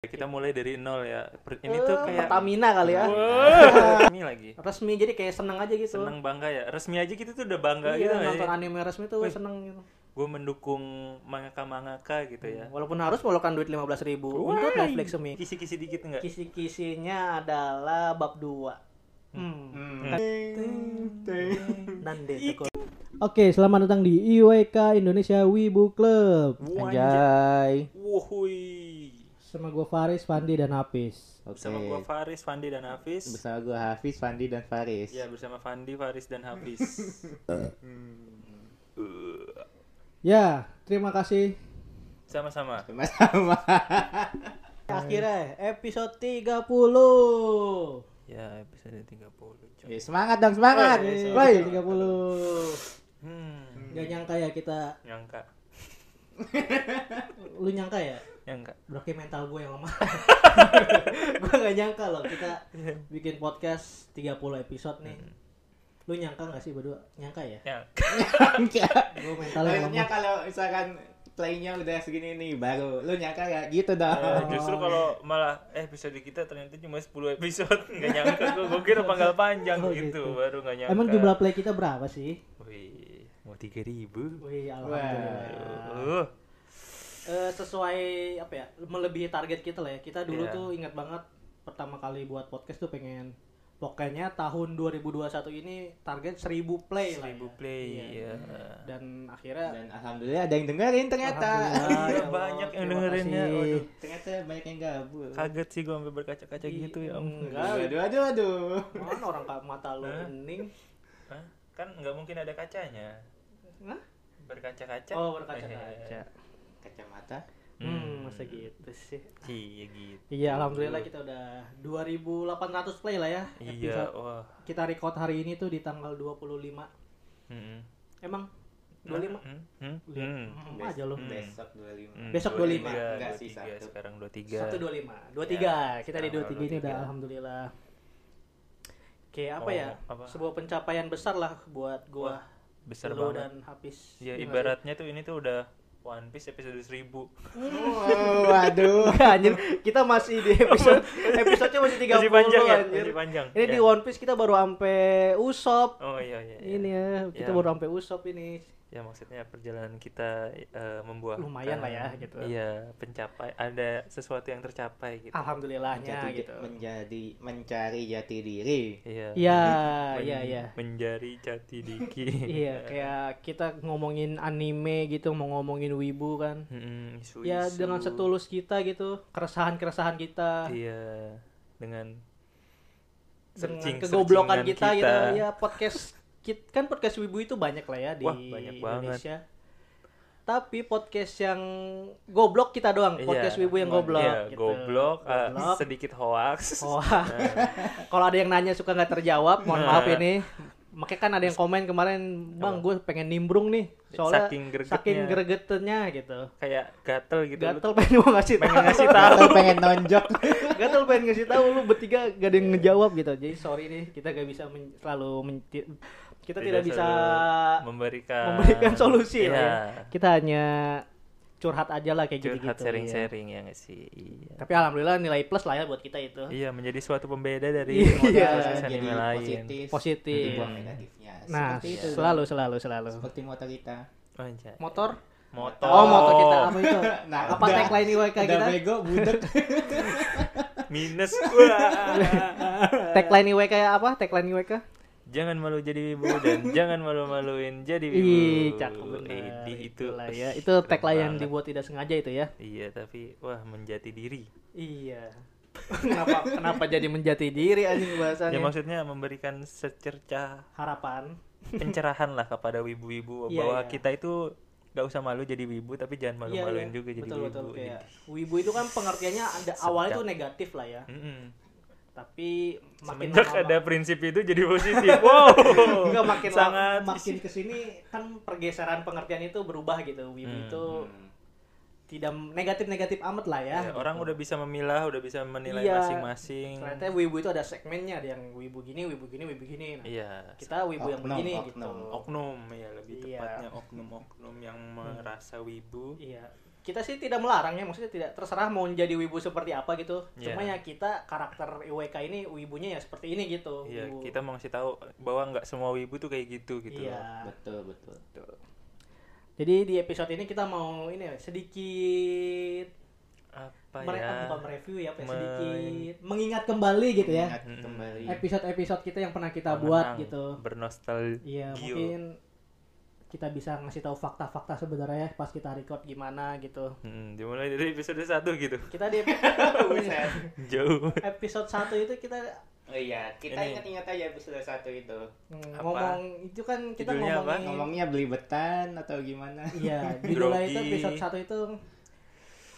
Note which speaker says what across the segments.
Speaker 1: Kita mulai dari nol ya. Per- Ini tuh kayak
Speaker 2: Eh, Pertamina kali ya.
Speaker 1: Ini lagi.
Speaker 2: Resmi jadi kayak seneng aja gitu.
Speaker 1: Seneng bangga ya. Resmi aja kita tuh udah bangga
Speaker 2: Iya,
Speaker 1: gitu gak
Speaker 2: nonton anime resmi tuh seneng gitu.
Speaker 1: Gue mendukung mangaka-mangaka gitu ya.
Speaker 2: Walaupun harus melukan duit 15.000 ribu untuk Netflix semi.
Speaker 1: Kisi-kisi dikit enggak?
Speaker 2: Kisi-kisinya adalah bab 2. Hmm. Nande tekor. Oke, selamat datang di IWK Indonesia Wibu Club. Anjay.
Speaker 1: Wuhui.
Speaker 2: Sama gue Faris, Pandi, dan Apis.
Speaker 3: Oke.
Speaker 1: Bersama gua Faris, Fandi dan Hafiz.
Speaker 3: Bersama gue Hafiz, Fandi, dan Faris.
Speaker 1: Ya bersama Fandi, Faris dan Hafiz.
Speaker 2: Ya, terima kasih.
Speaker 1: Sama-sama.
Speaker 3: Sama-sama.
Speaker 2: Akhirnya episode 30.
Speaker 1: Ya episode 30. coy.
Speaker 2: Iya.
Speaker 3: Ya, semangat dong, semangat.
Speaker 2: Woi,
Speaker 3: Woi.
Speaker 2: 30.
Speaker 1: Hmm.
Speaker 2: Gak nyangka ya kita,
Speaker 1: Nyangka.
Speaker 2: lu nyangka ya?
Speaker 1: Nyangka.
Speaker 2: Berarti mental gue yang lemah. gue gak nyangka loh kita bikin podcast 30 episode nih. Lu nyangka gak sih berdua? Nyangka ya?
Speaker 1: Nyangka.
Speaker 2: Gue mental yang
Speaker 3: Harusnya
Speaker 2: lemah.
Speaker 3: kalau misalkan playnya udah segini nih, baru lu nyangka gak gitu
Speaker 1: Eh,
Speaker 3: dong.
Speaker 1: justru
Speaker 2: Oh.
Speaker 1: kalau malah eh, episode kita ternyata cuma 10 episode nggak nyangka gue gue kira panggal panjang
Speaker 2: Oh,
Speaker 1: gitu.
Speaker 2: gitu.
Speaker 1: baru nggak nyangka
Speaker 2: Emang jumlah play kita berapa sih?
Speaker 1: Wih, mau tiga ribu
Speaker 2: Wih, alhamdulillah.
Speaker 1: uh,
Speaker 2: Eh, sesuai apa ya? Melebihi target kita lah ya. Kita dulu
Speaker 1: Iya.
Speaker 2: tuh ingat banget pertama kali buat podcast tuh pengen pokoknya tahun 2021 ini target 1000 play lah.
Speaker 1: seribu
Speaker 2: ya.
Speaker 1: play ya
Speaker 2: Dan akhirnya
Speaker 3: Dan alhamdulillah ada yang dengerin ternyata.
Speaker 2: Alhamdulillah, ya Allah,
Speaker 1: banyak yang
Speaker 2: terima
Speaker 1: dengerin ya.
Speaker 2: kasih.
Speaker 1: Waduh.
Speaker 3: ternyata banyak yang gabut.
Speaker 1: kaget sih gue sampai berkaca-kaca gitu ya ampun.
Speaker 2: Iya. Enggak,
Speaker 3: Aduh, aduh, aduh, aduh.
Speaker 2: Mana orang kak mata lu hening?
Speaker 1: Hah? kan nggak mungkin ada kacanya
Speaker 2: Hah?
Speaker 1: berkaca-kaca
Speaker 2: Oh, berkaca-kaca.
Speaker 1: Eh,
Speaker 3: Kacamata.
Speaker 2: Hmm, masa gitu sih.
Speaker 1: iya gitu
Speaker 2: Iya, alhamdulillah kita udah 2800 play lah ya.
Speaker 1: iya
Speaker 2: episode.
Speaker 1: wah
Speaker 2: Kita record hari ini tuh di tanggal 25.
Speaker 1: Mm-mm.
Speaker 2: Emang 25?
Speaker 1: Hmm, hmm,
Speaker 2: Lihat,
Speaker 1: hmm.
Speaker 2: hmm, aja lu.
Speaker 3: Besok 25.
Speaker 1: Hmm,
Speaker 2: Besok
Speaker 1: 25,
Speaker 2: 25.
Speaker 3: Enggak sih,
Speaker 1: 23,
Speaker 3: satu.
Speaker 1: sekarang 23
Speaker 2: 1 25. 23. kita di
Speaker 1: sekarang
Speaker 2: 23 ini
Speaker 1: 23.
Speaker 2: udah alhamdulillah. Oke, apa
Speaker 1: Oh,
Speaker 2: ya?
Speaker 1: apa?
Speaker 2: Sebuah pencapaian besar lah buat gua,
Speaker 1: besar
Speaker 2: lu
Speaker 1: banget
Speaker 2: dan Hafiz.
Speaker 1: ya
Speaker 2: Iya nggak sih?
Speaker 1: ibaratnya tuh ini tuh udah One Piece episode 1000
Speaker 3: Oh, waduh.
Speaker 2: Enggak, anjir, kita masih di episode episodenya masih 30
Speaker 1: masih panjang ya
Speaker 2: anjir.
Speaker 1: masih panjang
Speaker 2: Ini
Speaker 1: Ya.
Speaker 2: di One Piece kita baru ampe Usop.
Speaker 1: oh iya iya, iya.
Speaker 2: Ini ya, kita
Speaker 1: Ya.
Speaker 2: baru sampai Usop ini.
Speaker 1: ya maksudnya perjalanan kita eh, membuat
Speaker 2: Lumayan lah ya, gitu.
Speaker 1: iya pencapai ada sesuatu yang tercapai
Speaker 2: Ah.
Speaker 1: gitu
Speaker 2: Alhamdulillahnya
Speaker 3: Menjadi,
Speaker 2: gitu.
Speaker 3: menjadi mencari jati diri.
Speaker 1: iya
Speaker 2: Iya,
Speaker 1: Men-
Speaker 2: iya, iya.
Speaker 1: menjadi jati diki
Speaker 2: Iya, kayak kita ngomongin anime gitu, mau ngomongin wibu kan.
Speaker 1: Mm-mm, isu-isu.
Speaker 2: Ya dengan setulus kita gitu, keresahan-keresahan kita,
Speaker 1: iya dengan
Speaker 2: dengan
Speaker 1: searching-
Speaker 2: kegoblokan
Speaker 1: searchingan
Speaker 2: kita, gitu. Ya podcast kit kan podcast wibu itu banyak lah ya di
Speaker 1: Wah, banyak banget.
Speaker 2: Indonesia. Tapi podcast yang goblok kita doang,
Speaker 1: Iya,
Speaker 2: podcast wibu yang goblok
Speaker 1: iya,
Speaker 2: gitu.
Speaker 1: goblok, eh,
Speaker 2: Goblok.
Speaker 1: sedikit hoax
Speaker 2: Wah, kalau ada yang nanya suka nggak terjawab, mohon
Speaker 1: Nah.
Speaker 2: maaf ini. Makanya kan ada yang komen kemarin, bang, gue pengen nimbrung nih, soalnya
Speaker 1: Saking gregetnya.
Speaker 2: saking gregetennya gitu.
Speaker 1: kayak gatel gitu lu
Speaker 2: Gatel pengen gua ngasih
Speaker 1: pengen
Speaker 2: tahu,
Speaker 1: ngasih tahu
Speaker 3: Atau pengen nonjok.
Speaker 2: gatel pengen ngasih tahu lu bertiga gak ada yang ngejawab gitu. Jadi sorry nih, kita gak bisa men- selalu men- ti- kita tidak, bisa
Speaker 1: selalu memberikan
Speaker 2: memberikan solusi
Speaker 1: Iya.
Speaker 2: lah ya. Kita hanya curhat aja lah kayak gitu-gitu.
Speaker 1: curhat
Speaker 2: iya.
Speaker 1: sharing-sharing ya nggak sih iya
Speaker 2: Tapi alhamdulillah nilai plus lah ya buat kita itu.
Speaker 1: Iya, menjadi suatu pembeda dari
Speaker 2: Iya.
Speaker 1: podcast
Speaker 3: Jadi
Speaker 1: anime lain.
Speaker 3: positif.
Speaker 2: Positif.
Speaker 3: Dibuang negatifnya.
Speaker 2: Nah,
Speaker 3: Seperti itu.
Speaker 2: selalu selalu selalu.
Speaker 3: Seperti motor kita.
Speaker 1: Oh, Anjay.
Speaker 2: Motor
Speaker 1: Motor.
Speaker 2: Oh, motor kita apa itu?
Speaker 3: Nah,
Speaker 2: apa
Speaker 3: udah.
Speaker 2: tagline IWK
Speaker 3: Udah
Speaker 2: kita?
Speaker 3: bego, budek.
Speaker 1: Minus gua.
Speaker 2: Tagline IWK ya apa? Tagline IWK?
Speaker 1: jangan malu jadi wibu dan jangan malu-maluin jadi wibu.
Speaker 2: Ih, cakep bener.
Speaker 1: Idi, itu.
Speaker 2: Itulah ya.
Speaker 1: Ih,
Speaker 2: Itu
Speaker 1: keren
Speaker 2: tagline yang
Speaker 1: banget.
Speaker 2: dibuat tidak sengaja itu ya.
Speaker 1: Iya, tapi wah menjati diri.
Speaker 2: Iya. kenapa kenapa jadi menjati diri
Speaker 1: Ya
Speaker 2: anjing bahasannya?
Speaker 1: maksudnya memberikan secercah
Speaker 2: Harapan.
Speaker 1: pencerahan lah kepada wibu-wibu
Speaker 2: Iya,
Speaker 1: bahwa
Speaker 2: iya.
Speaker 1: kita itu gak usah malu jadi wibu tapi jangan malu-maluin juga jadi
Speaker 2: iya. betul,
Speaker 1: wibu. gitu.
Speaker 2: betul. Iya. Kayak
Speaker 1: Jadi-
Speaker 2: wibu itu kan pengertiannya ada awalnya tuh negatif lah ya.
Speaker 1: Mm-mm.
Speaker 2: Tapi makin
Speaker 1: Semenjak ada prinsip itu jadi positif. wow.
Speaker 2: Enggak makin lama-
Speaker 1: sangat
Speaker 2: makin ke sini kan pergeseran pengertian itu berubah gitu. Wibu
Speaker 1: Hmm,
Speaker 2: itu tidak negatif-negatif amat lah ya.
Speaker 1: Ya, orang udah bisa memilah, udah bisa menilai
Speaker 2: Iya.
Speaker 1: masing-masing.
Speaker 2: ternyata wibu itu ada segmennya ada yang wibu gini wibu gini wibu gini nah,
Speaker 1: Iya.
Speaker 2: kita wibu yang
Speaker 3: Oknum,
Speaker 2: begini gitu
Speaker 3: oknum.
Speaker 1: Oknum ya lebih
Speaker 2: Iya.
Speaker 1: tepatnya oknum-oknum yang merasa wibu
Speaker 2: iya kita sih tidak melarang ya maksudnya tidak terserah mau jadi wibu seperti apa gitu cuma ya
Speaker 1: Iya.
Speaker 2: kita karakter IWK ini wibunya ya seperti ini gitu
Speaker 1: Iya,
Speaker 2: Wibu.
Speaker 1: kita mau ngasih tahu bahwa nggak semua wibu tuh kayak gitu gitu.
Speaker 2: Iya.
Speaker 3: Betul, betul. betul.
Speaker 2: jadi di episode ini kita mau ini ya, sedikit
Speaker 1: Apa
Speaker 2: mere-
Speaker 1: ya?
Speaker 2: ah, bukan mereview ya apa ya,
Speaker 1: Men-
Speaker 2: sedikit mengingat kembali gitu ya
Speaker 3: Ingat
Speaker 1: Hmm.
Speaker 3: kembali.
Speaker 2: episode-episode kita yang pernah kita
Speaker 1: Mengenang,
Speaker 2: buat gitu
Speaker 1: Bernostalgia.
Speaker 2: iya mungkin kita bisa ngasih tahu fakta-fakta sebenarnya pas kita record gimana gitu
Speaker 1: Hmm, dimulai dari episode 1 gitu.
Speaker 2: kita di
Speaker 3: Buset.
Speaker 1: Jauh.
Speaker 2: episode 1 itu kita
Speaker 3: Oh iya, kita
Speaker 1: Ini.
Speaker 3: ingat-ingat aja episode satu itu.
Speaker 1: Apa?
Speaker 2: mm, ngomong itu kan kita
Speaker 1: Judulnya apa?
Speaker 2: ngomongin
Speaker 3: Ngomongnya beli betan atau gimana?
Speaker 2: iya judulnya itu
Speaker 1: Grogi.
Speaker 2: episode 1 itu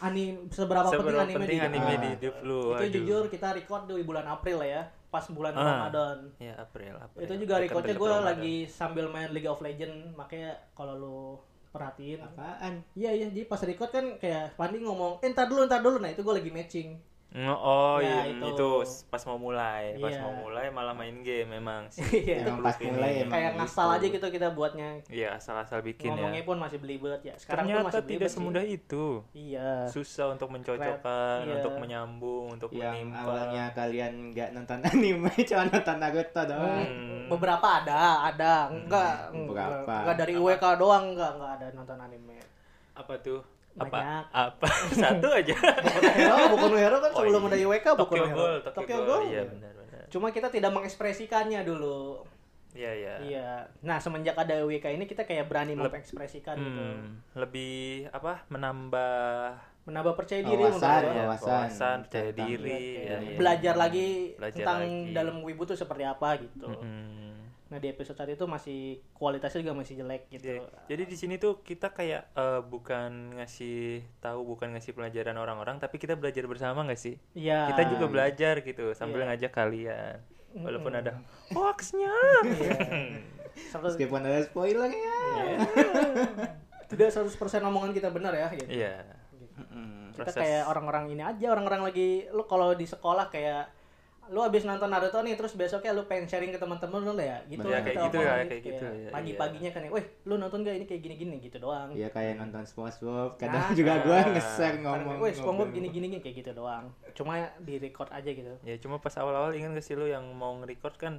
Speaker 2: anime seberapa,
Speaker 1: Seberapa
Speaker 2: penting anime
Speaker 1: penting
Speaker 2: di hidup.
Speaker 1: anime
Speaker 3: Ah.
Speaker 1: di hidup lu.
Speaker 2: itu
Speaker 1: Aduh.
Speaker 2: jujur kita record di bulan April lah ya pas bulan
Speaker 1: Ah.
Speaker 2: Ramadan
Speaker 1: Ya April, April.
Speaker 2: itu juga
Speaker 1: Dekat-dekat
Speaker 2: recordnya gue
Speaker 1: Ramadan.
Speaker 2: lagi sambil main League of Legends makanya kalau lu perhatiin
Speaker 3: Apaan?
Speaker 2: Iya iya, jadi pas record kan kayak Pandi ngomong, eh, ntar dulu, ntar dulu. Nah itu gue lagi matching.
Speaker 1: Mm, Oh
Speaker 2: Ya,
Speaker 1: iya,
Speaker 2: itu.
Speaker 1: itu. pas mau mulai, pas
Speaker 2: Iya.
Speaker 1: mau mulai malah main game memang sih.
Speaker 2: Iya.
Speaker 3: Emang pas
Speaker 1: Ini.
Speaker 3: mulai emang
Speaker 2: kayak
Speaker 3: gitu.
Speaker 2: ngasal aja gitu kita buatnya.
Speaker 1: Iya asal-asal bikin
Speaker 2: Ngomongnya
Speaker 1: ya.
Speaker 2: pun masih belibet ya. Sekarang pun
Speaker 1: Ternyata
Speaker 2: masih
Speaker 1: tidak
Speaker 2: belibet sih.
Speaker 1: semudah itu.
Speaker 2: Iya.
Speaker 1: Susah untuk mencocokkan,
Speaker 2: Iya.
Speaker 1: untuk menyambung, untuk
Speaker 3: Yang
Speaker 1: menimpa.
Speaker 3: Iya, awalnya kalian nggak nonton anime, cuma nonton Naruto doang.
Speaker 1: Hmm.
Speaker 2: Beberapa ada, ada. Enggak,
Speaker 3: Hmm,
Speaker 2: enggak,
Speaker 3: beberapa.
Speaker 2: enggak dari UWK doang enggak, enggak ada nonton anime.
Speaker 1: Apa tuh? Apa?
Speaker 2: Banyak.
Speaker 1: Apa? Satu aja.
Speaker 2: Boku no Hero, Boku no Hero kan
Speaker 1: Oh,
Speaker 2: sebelum
Speaker 1: iya.
Speaker 2: ada UWK Boku no
Speaker 1: Tokyo
Speaker 2: Hero.
Speaker 1: Ghoul, Tokyo Ghoul. Iya
Speaker 2: Ghoul.
Speaker 1: benar-benar.
Speaker 2: Cuma kita tidak mengekspresikannya dulu.
Speaker 1: Iya iya.
Speaker 2: Iya. Nah, semenjak ada UWK ini kita kayak berani
Speaker 1: Leb-
Speaker 2: mengekspresikan gitu.
Speaker 1: Hmm, lebih apa? Menambah
Speaker 2: Menambah percaya diri menurut
Speaker 3: Wawasan,
Speaker 2: gua.
Speaker 1: ya,
Speaker 3: wawasan,
Speaker 1: wawasan, percaya
Speaker 3: tentang-
Speaker 1: diri,
Speaker 3: iya,
Speaker 1: ya,
Speaker 3: iya.
Speaker 2: belajar lagi
Speaker 1: Belajar
Speaker 2: tentang
Speaker 1: lagi. Hmm.
Speaker 2: dalam wibu tuh seperti apa gitu.
Speaker 1: Mm-mm.
Speaker 2: Nah di episode saat itu masih kualitasnya juga masih jelek
Speaker 1: Jadi,
Speaker 2: gitu.
Speaker 1: jadi di sini tuh kita kayak eh, bukan ngasih tahu, bukan ngasih pelajaran orang-orang, tapi kita belajar bersama nggak sih?
Speaker 2: Iya.
Speaker 1: Kita juga belajar gitu sambil
Speaker 2: Iya.
Speaker 1: ngajak kalian, walaupun ada hoaxnya.
Speaker 2: Seratus-
Speaker 3: Meskipun ada spoiler ya.
Speaker 2: tidak 100% omongan kita benar ya gitu.
Speaker 1: Iya.
Speaker 3: Mm-mm.
Speaker 2: Kita
Speaker 1: proses-
Speaker 2: kayak orang-orang ini aja, orang-orang lagi lu kalau di sekolah kayak lu abis nonton Naruto nih terus besoknya lu pengen sharing ke teman-teman lu lah ya gitu
Speaker 3: Iya,
Speaker 2: lah
Speaker 3: kayak
Speaker 2: kita
Speaker 3: gitu
Speaker 1: ya,
Speaker 2: omongan
Speaker 1: kayak gitu, ya, iya.
Speaker 2: pagi-paginya kan ya, "Weh, lu nonton gak ini kayak gini-gini gitu doang."
Speaker 3: Iya kayak nonton SpongeBob, kadang
Speaker 2: Nah.
Speaker 3: juga gua ngeser
Speaker 2: Karena,
Speaker 3: ngomong.
Speaker 2: "Weh, SpongeBob gini-gini gini," kayak gitu doang. Cuma di record aja gitu.
Speaker 1: Ya cuma pas awal-awal ingin ke sih lu yang mau nge-record kan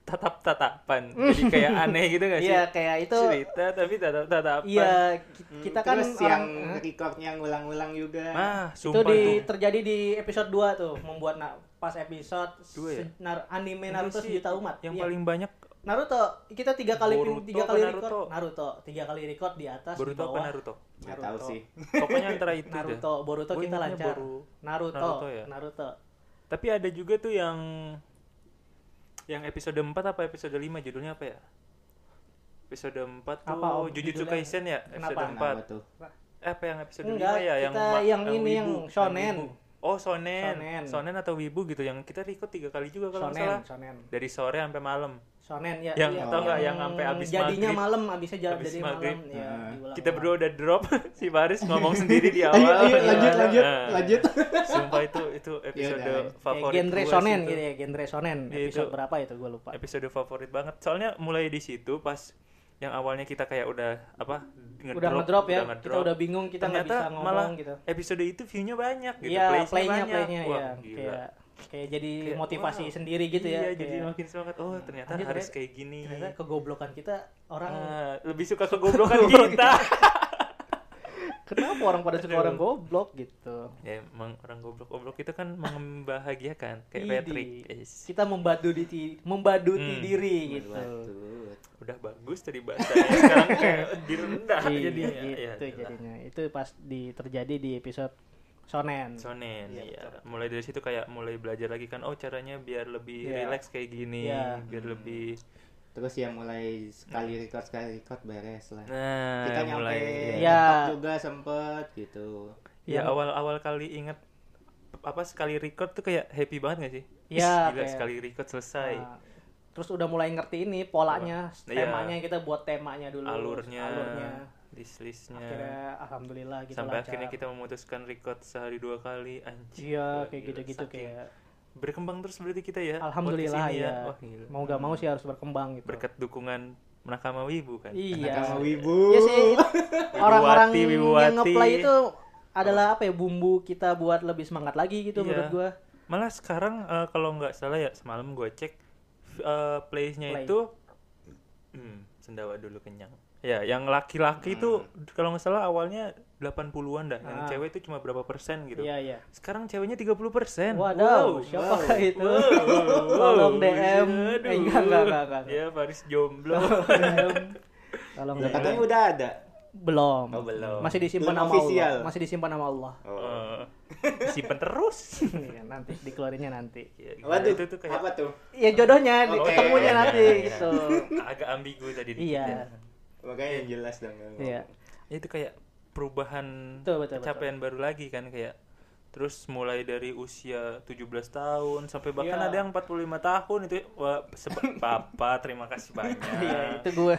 Speaker 1: tatap-tatapan. Jadi kayak aneh gitu gak sih?
Speaker 2: Iya, kayak itu
Speaker 1: Cerita tapi tatap-tatapan.
Speaker 2: Iya, ki- kita kan
Speaker 3: Hmm, Terus
Speaker 2: orang,
Speaker 3: yang recordnya ngulang-ulang juga.
Speaker 1: Nah,
Speaker 2: itu
Speaker 1: sumpah
Speaker 2: di,
Speaker 1: tuh.
Speaker 2: terjadi di episode 2 tuh membuat na- pas episode
Speaker 1: Dua ya?
Speaker 2: se- nar- anime
Speaker 1: Ini
Speaker 2: Naruto
Speaker 1: sih
Speaker 2: sejuta umat.
Speaker 1: Yang
Speaker 2: Iya.
Speaker 1: paling banyak
Speaker 2: Naruto kita tiga kali pin-
Speaker 1: Boruto
Speaker 2: tiga
Speaker 1: apa
Speaker 2: kali
Speaker 1: Naruto?
Speaker 2: record Naruto tiga kali record di atas
Speaker 1: Boruto
Speaker 2: di
Speaker 1: apa
Speaker 2: bawah.
Speaker 1: Naruto?
Speaker 3: Nggak tahu
Speaker 2: Naruto.
Speaker 3: sih.
Speaker 1: Pokoknya antara itu dah.
Speaker 2: Naruto Boruto
Speaker 1: Gua
Speaker 2: kita
Speaker 1: ingatnya
Speaker 2: lancar.
Speaker 1: Boru-
Speaker 2: Naruto Naruto,
Speaker 1: Naruto ya? Tapi ada juga tuh yang yang episode 4 apa episode 5 judulnya apa ya? Episode 4 tuh
Speaker 2: Apa, Om?
Speaker 1: Jujutsu
Speaker 2: Judulnya?
Speaker 1: Kaisen ya?
Speaker 2: Kenapa?
Speaker 1: Episode
Speaker 3: Kenapa tuh?
Speaker 1: Eh, apa yang episode
Speaker 2: Enggak,
Speaker 1: 5 ya yang
Speaker 2: kita
Speaker 1: ma-
Speaker 2: yang ini, yang
Speaker 1: wibu,
Speaker 2: shonen.
Speaker 1: wibu. Oh, shonen.
Speaker 2: Shonen.
Speaker 1: shonen. atau wibu gitu yang kita record tiga kali juga kalau nggak
Speaker 2: Shonen
Speaker 1: salah.
Speaker 2: Shonen
Speaker 1: Dari sore sampai malam.
Speaker 2: Shonen ya
Speaker 1: Yang-
Speaker 2: iya,
Speaker 3: atau
Speaker 1: enggak, yang sampai abis
Speaker 2: jadinya
Speaker 1: maghrib.
Speaker 2: malam abisnya jalan
Speaker 1: Abis
Speaker 2: jadi
Speaker 1: maghrib. Nah,
Speaker 2: malam ya
Speaker 3: Heeh.
Speaker 2: diulang-ulang.
Speaker 1: Kita berdua udah drop si Baris ngomong sendiri di awal.
Speaker 3: Ayo, ayo,
Speaker 1: Gimana?
Speaker 3: lanjut, lanjut,
Speaker 1: Nah,
Speaker 3: lanjut.
Speaker 1: Sumpah itu itu episode
Speaker 3: Iya, udah.
Speaker 1: favorit.
Speaker 2: Kayak
Speaker 1: gua
Speaker 2: genre
Speaker 1: sih
Speaker 2: shonen
Speaker 1: itu.
Speaker 2: gitu ya genre shonen
Speaker 1: Iya,
Speaker 2: episode
Speaker 1: itu.
Speaker 2: berapa itu gue lupa
Speaker 1: Episode favorit banget. Soalnya mulai di situ pas yang awalnya kita kayak udah apa
Speaker 2: udah ngedrop
Speaker 1: udah
Speaker 2: ya kita
Speaker 1: ngedrop.
Speaker 2: udah bingung kita nggak
Speaker 1: Ternyata
Speaker 2: bisa ngomong
Speaker 1: malah
Speaker 2: gitu
Speaker 1: episode itu view-nya banyak gitu
Speaker 2: iya
Speaker 1: plays-nya
Speaker 2: playnya
Speaker 1: banyak.
Speaker 2: playnya
Speaker 1: Wah,
Speaker 2: ya
Speaker 1: gila.
Speaker 2: kayak kayak jadi
Speaker 1: Kayak,
Speaker 2: motivasi
Speaker 1: wow.
Speaker 2: sendiri gitu ya
Speaker 1: iya
Speaker 2: kayak,
Speaker 1: jadi makin semangat oh ternyata
Speaker 2: Lanjut,
Speaker 1: harus
Speaker 2: Red.
Speaker 1: kayak gini
Speaker 2: ternyata kegoblokan kita orang
Speaker 1: Ah, lebih suka kegoblokan kita
Speaker 2: kenapa orang pada suka
Speaker 1: Aduh.
Speaker 2: orang goblok gitu
Speaker 1: ya emang orang goblok-goblok itu kan membahagiakan kayak
Speaker 2: Idi.
Speaker 1: Patrick Yes.
Speaker 2: kita membaduti membaduti
Speaker 1: Hmm.
Speaker 2: diri gitu
Speaker 3: Waduh.
Speaker 1: udah bagus dari bahasanya sekarang kayak direndah
Speaker 2: Iya,
Speaker 1: jadinya Ya,
Speaker 2: gitu
Speaker 1: itulah.
Speaker 2: jadinya itu pas di terjadi di episode shonen
Speaker 1: Sonen,
Speaker 2: Iya,
Speaker 1: iya.
Speaker 2: betul.
Speaker 1: Mulai dari situ kayak mulai belajar lagi kan, oh caranya biar lebih
Speaker 2: Iya.
Speaker 1: relax kayak gini,
Speaker 2: Iya.
Speaker 1: biar lebih.
Speaker 3: Terus ya mulai sekali record sekali record beres lah.
Speaker 1: Hmm. Nah,
Speaker 3: Kita nyampe
Speaker 1: mulai.
Speaker 2: Iya.
Speaker 1: Ya,
Speaker 3: record juga sempet gitu.
Speaker 1: ya awal-awal kali inget apa sekali record tuh kayak happy banget gak sih? Ih,
Speaker 2: Iya,
Speaker 1: Gila
Speaker 2: kayak-
Speaker 1: sekali record selesai.
Speaker 2: Nah, terus udah mulai ngerti ini polanya,
Speaker 1: Pola. Iya.
Speaker 2: temanya kita buat temanya dulu,
Speaker 1: alurnya,
Speaker 2: Ah, alurnya.
Speaker 1: list-listnya.
Speaker 2: Akhirnya alhamdulillah gitu
Speaker 1: Sampai
Speaker 2: lancar.
Speaker 1: akhirnya kita memutuskan record sehari dua kali anjir.
Speaker 2: Iya,
Speaker 1: Wah,
Speaker 2: kayak
Speaker 1: gila,
Speaker 2: gitu-gitu
Speaker 1: saking
Speaker 2: kayak
Speaker 1: berkembang terus berarti kita ya. podcast
Speaker 2: alhamdulillah
Speaker 1: ini
Speaker 2: ya.
Speaker 1: Wah, gila.
Speaker 2: Mau gak mau sih harus berkembang gitu.
Speaker 1: Berkat dukungan Menakama Wibu kan.
Speaker 2: Iya.
Speaker 3: Nakama wibu.
Speaker 2: Ya sih. Orang-orang
Speaker 1: Wibuwati,
Speaker 2: yang
Speaker 1: Wibuwati.
Speaker 2: ngeplay itu adalah apa ya bumbu kita buat lebih semangat lagi gitu
Speaker 1: Iya.
Speaker 2: menurut gua.
Speaker 1: Malah sekarang eh, kalau nggak salah ya semalam gue cek eh playsnya
Speaker 2: Play.
Speaker 1: itu hmm, sendawa dulu kenyang. Ya, yang laki-laki itu kalau nggak salah awalnya 80-an dah. Yang
Speaker 2: Hmm. Ah.
Speaker 1: cewek itu cuma berapa persen gitu.
Speaker 2: Iya iya.
Speaker 1: Sekarang ceweknya 30 persen.
Speaker 2: Waduh, siapa itu? Tolong DM. Eh, enggak, enggak, enggak, enggak.
Speaker 1: Ya, Faris jomblo.
Speaker 2: Tolong
Speaker 3: Lah,
Speaker 2: DM.
Speaker 3: katanya udah ada.
Speaker 2: belum.
Speaker 3: Oh, belum.
Speaker 2: Masih disimpan
Speaker 3: Belum
Speaker 2: nama
Speaker 3: official.
Speaker 2: Allah. Masih disimpan nama Allah.
Speaker 3: Oh.
Speaker 1: Simpen Eh, terus.
Speaker 2: Iya, nanti dikeluarinnya nanti.
Speaker 1: Ya, gimana?
Speaker 3: Waduh,
Speaker 1: itu tuh kayak
Speaker 3: apa tuh?
Speaker 2: Ya jodohnya di-
Speaker 3: Oke.
Speaker 2: ketemunya nanti
Speaker 1: Iya, iya.
Speaker 2: gitu.
Speaker 1: agak ambigu tadi dikit
Speaker 2: Iya.
Speaker 1: ya.
Speaker 3: Makanya yang jelas dong. nggak ngomong.
Speaker 2: Iya.
Speaker 1: Ya, itu kayak perubahan
Speaker 2: Betul, betul,
Speaker 1: pencapaian baru lagi kan kayak terus mulai dari usia 17 tahun sampai bahkan
Speaker 2: Iya.
Speaker 1: ada yang 45 tahun itu wah seba- papa terima kasih banyak.
Speaker 2: Iya, itu gue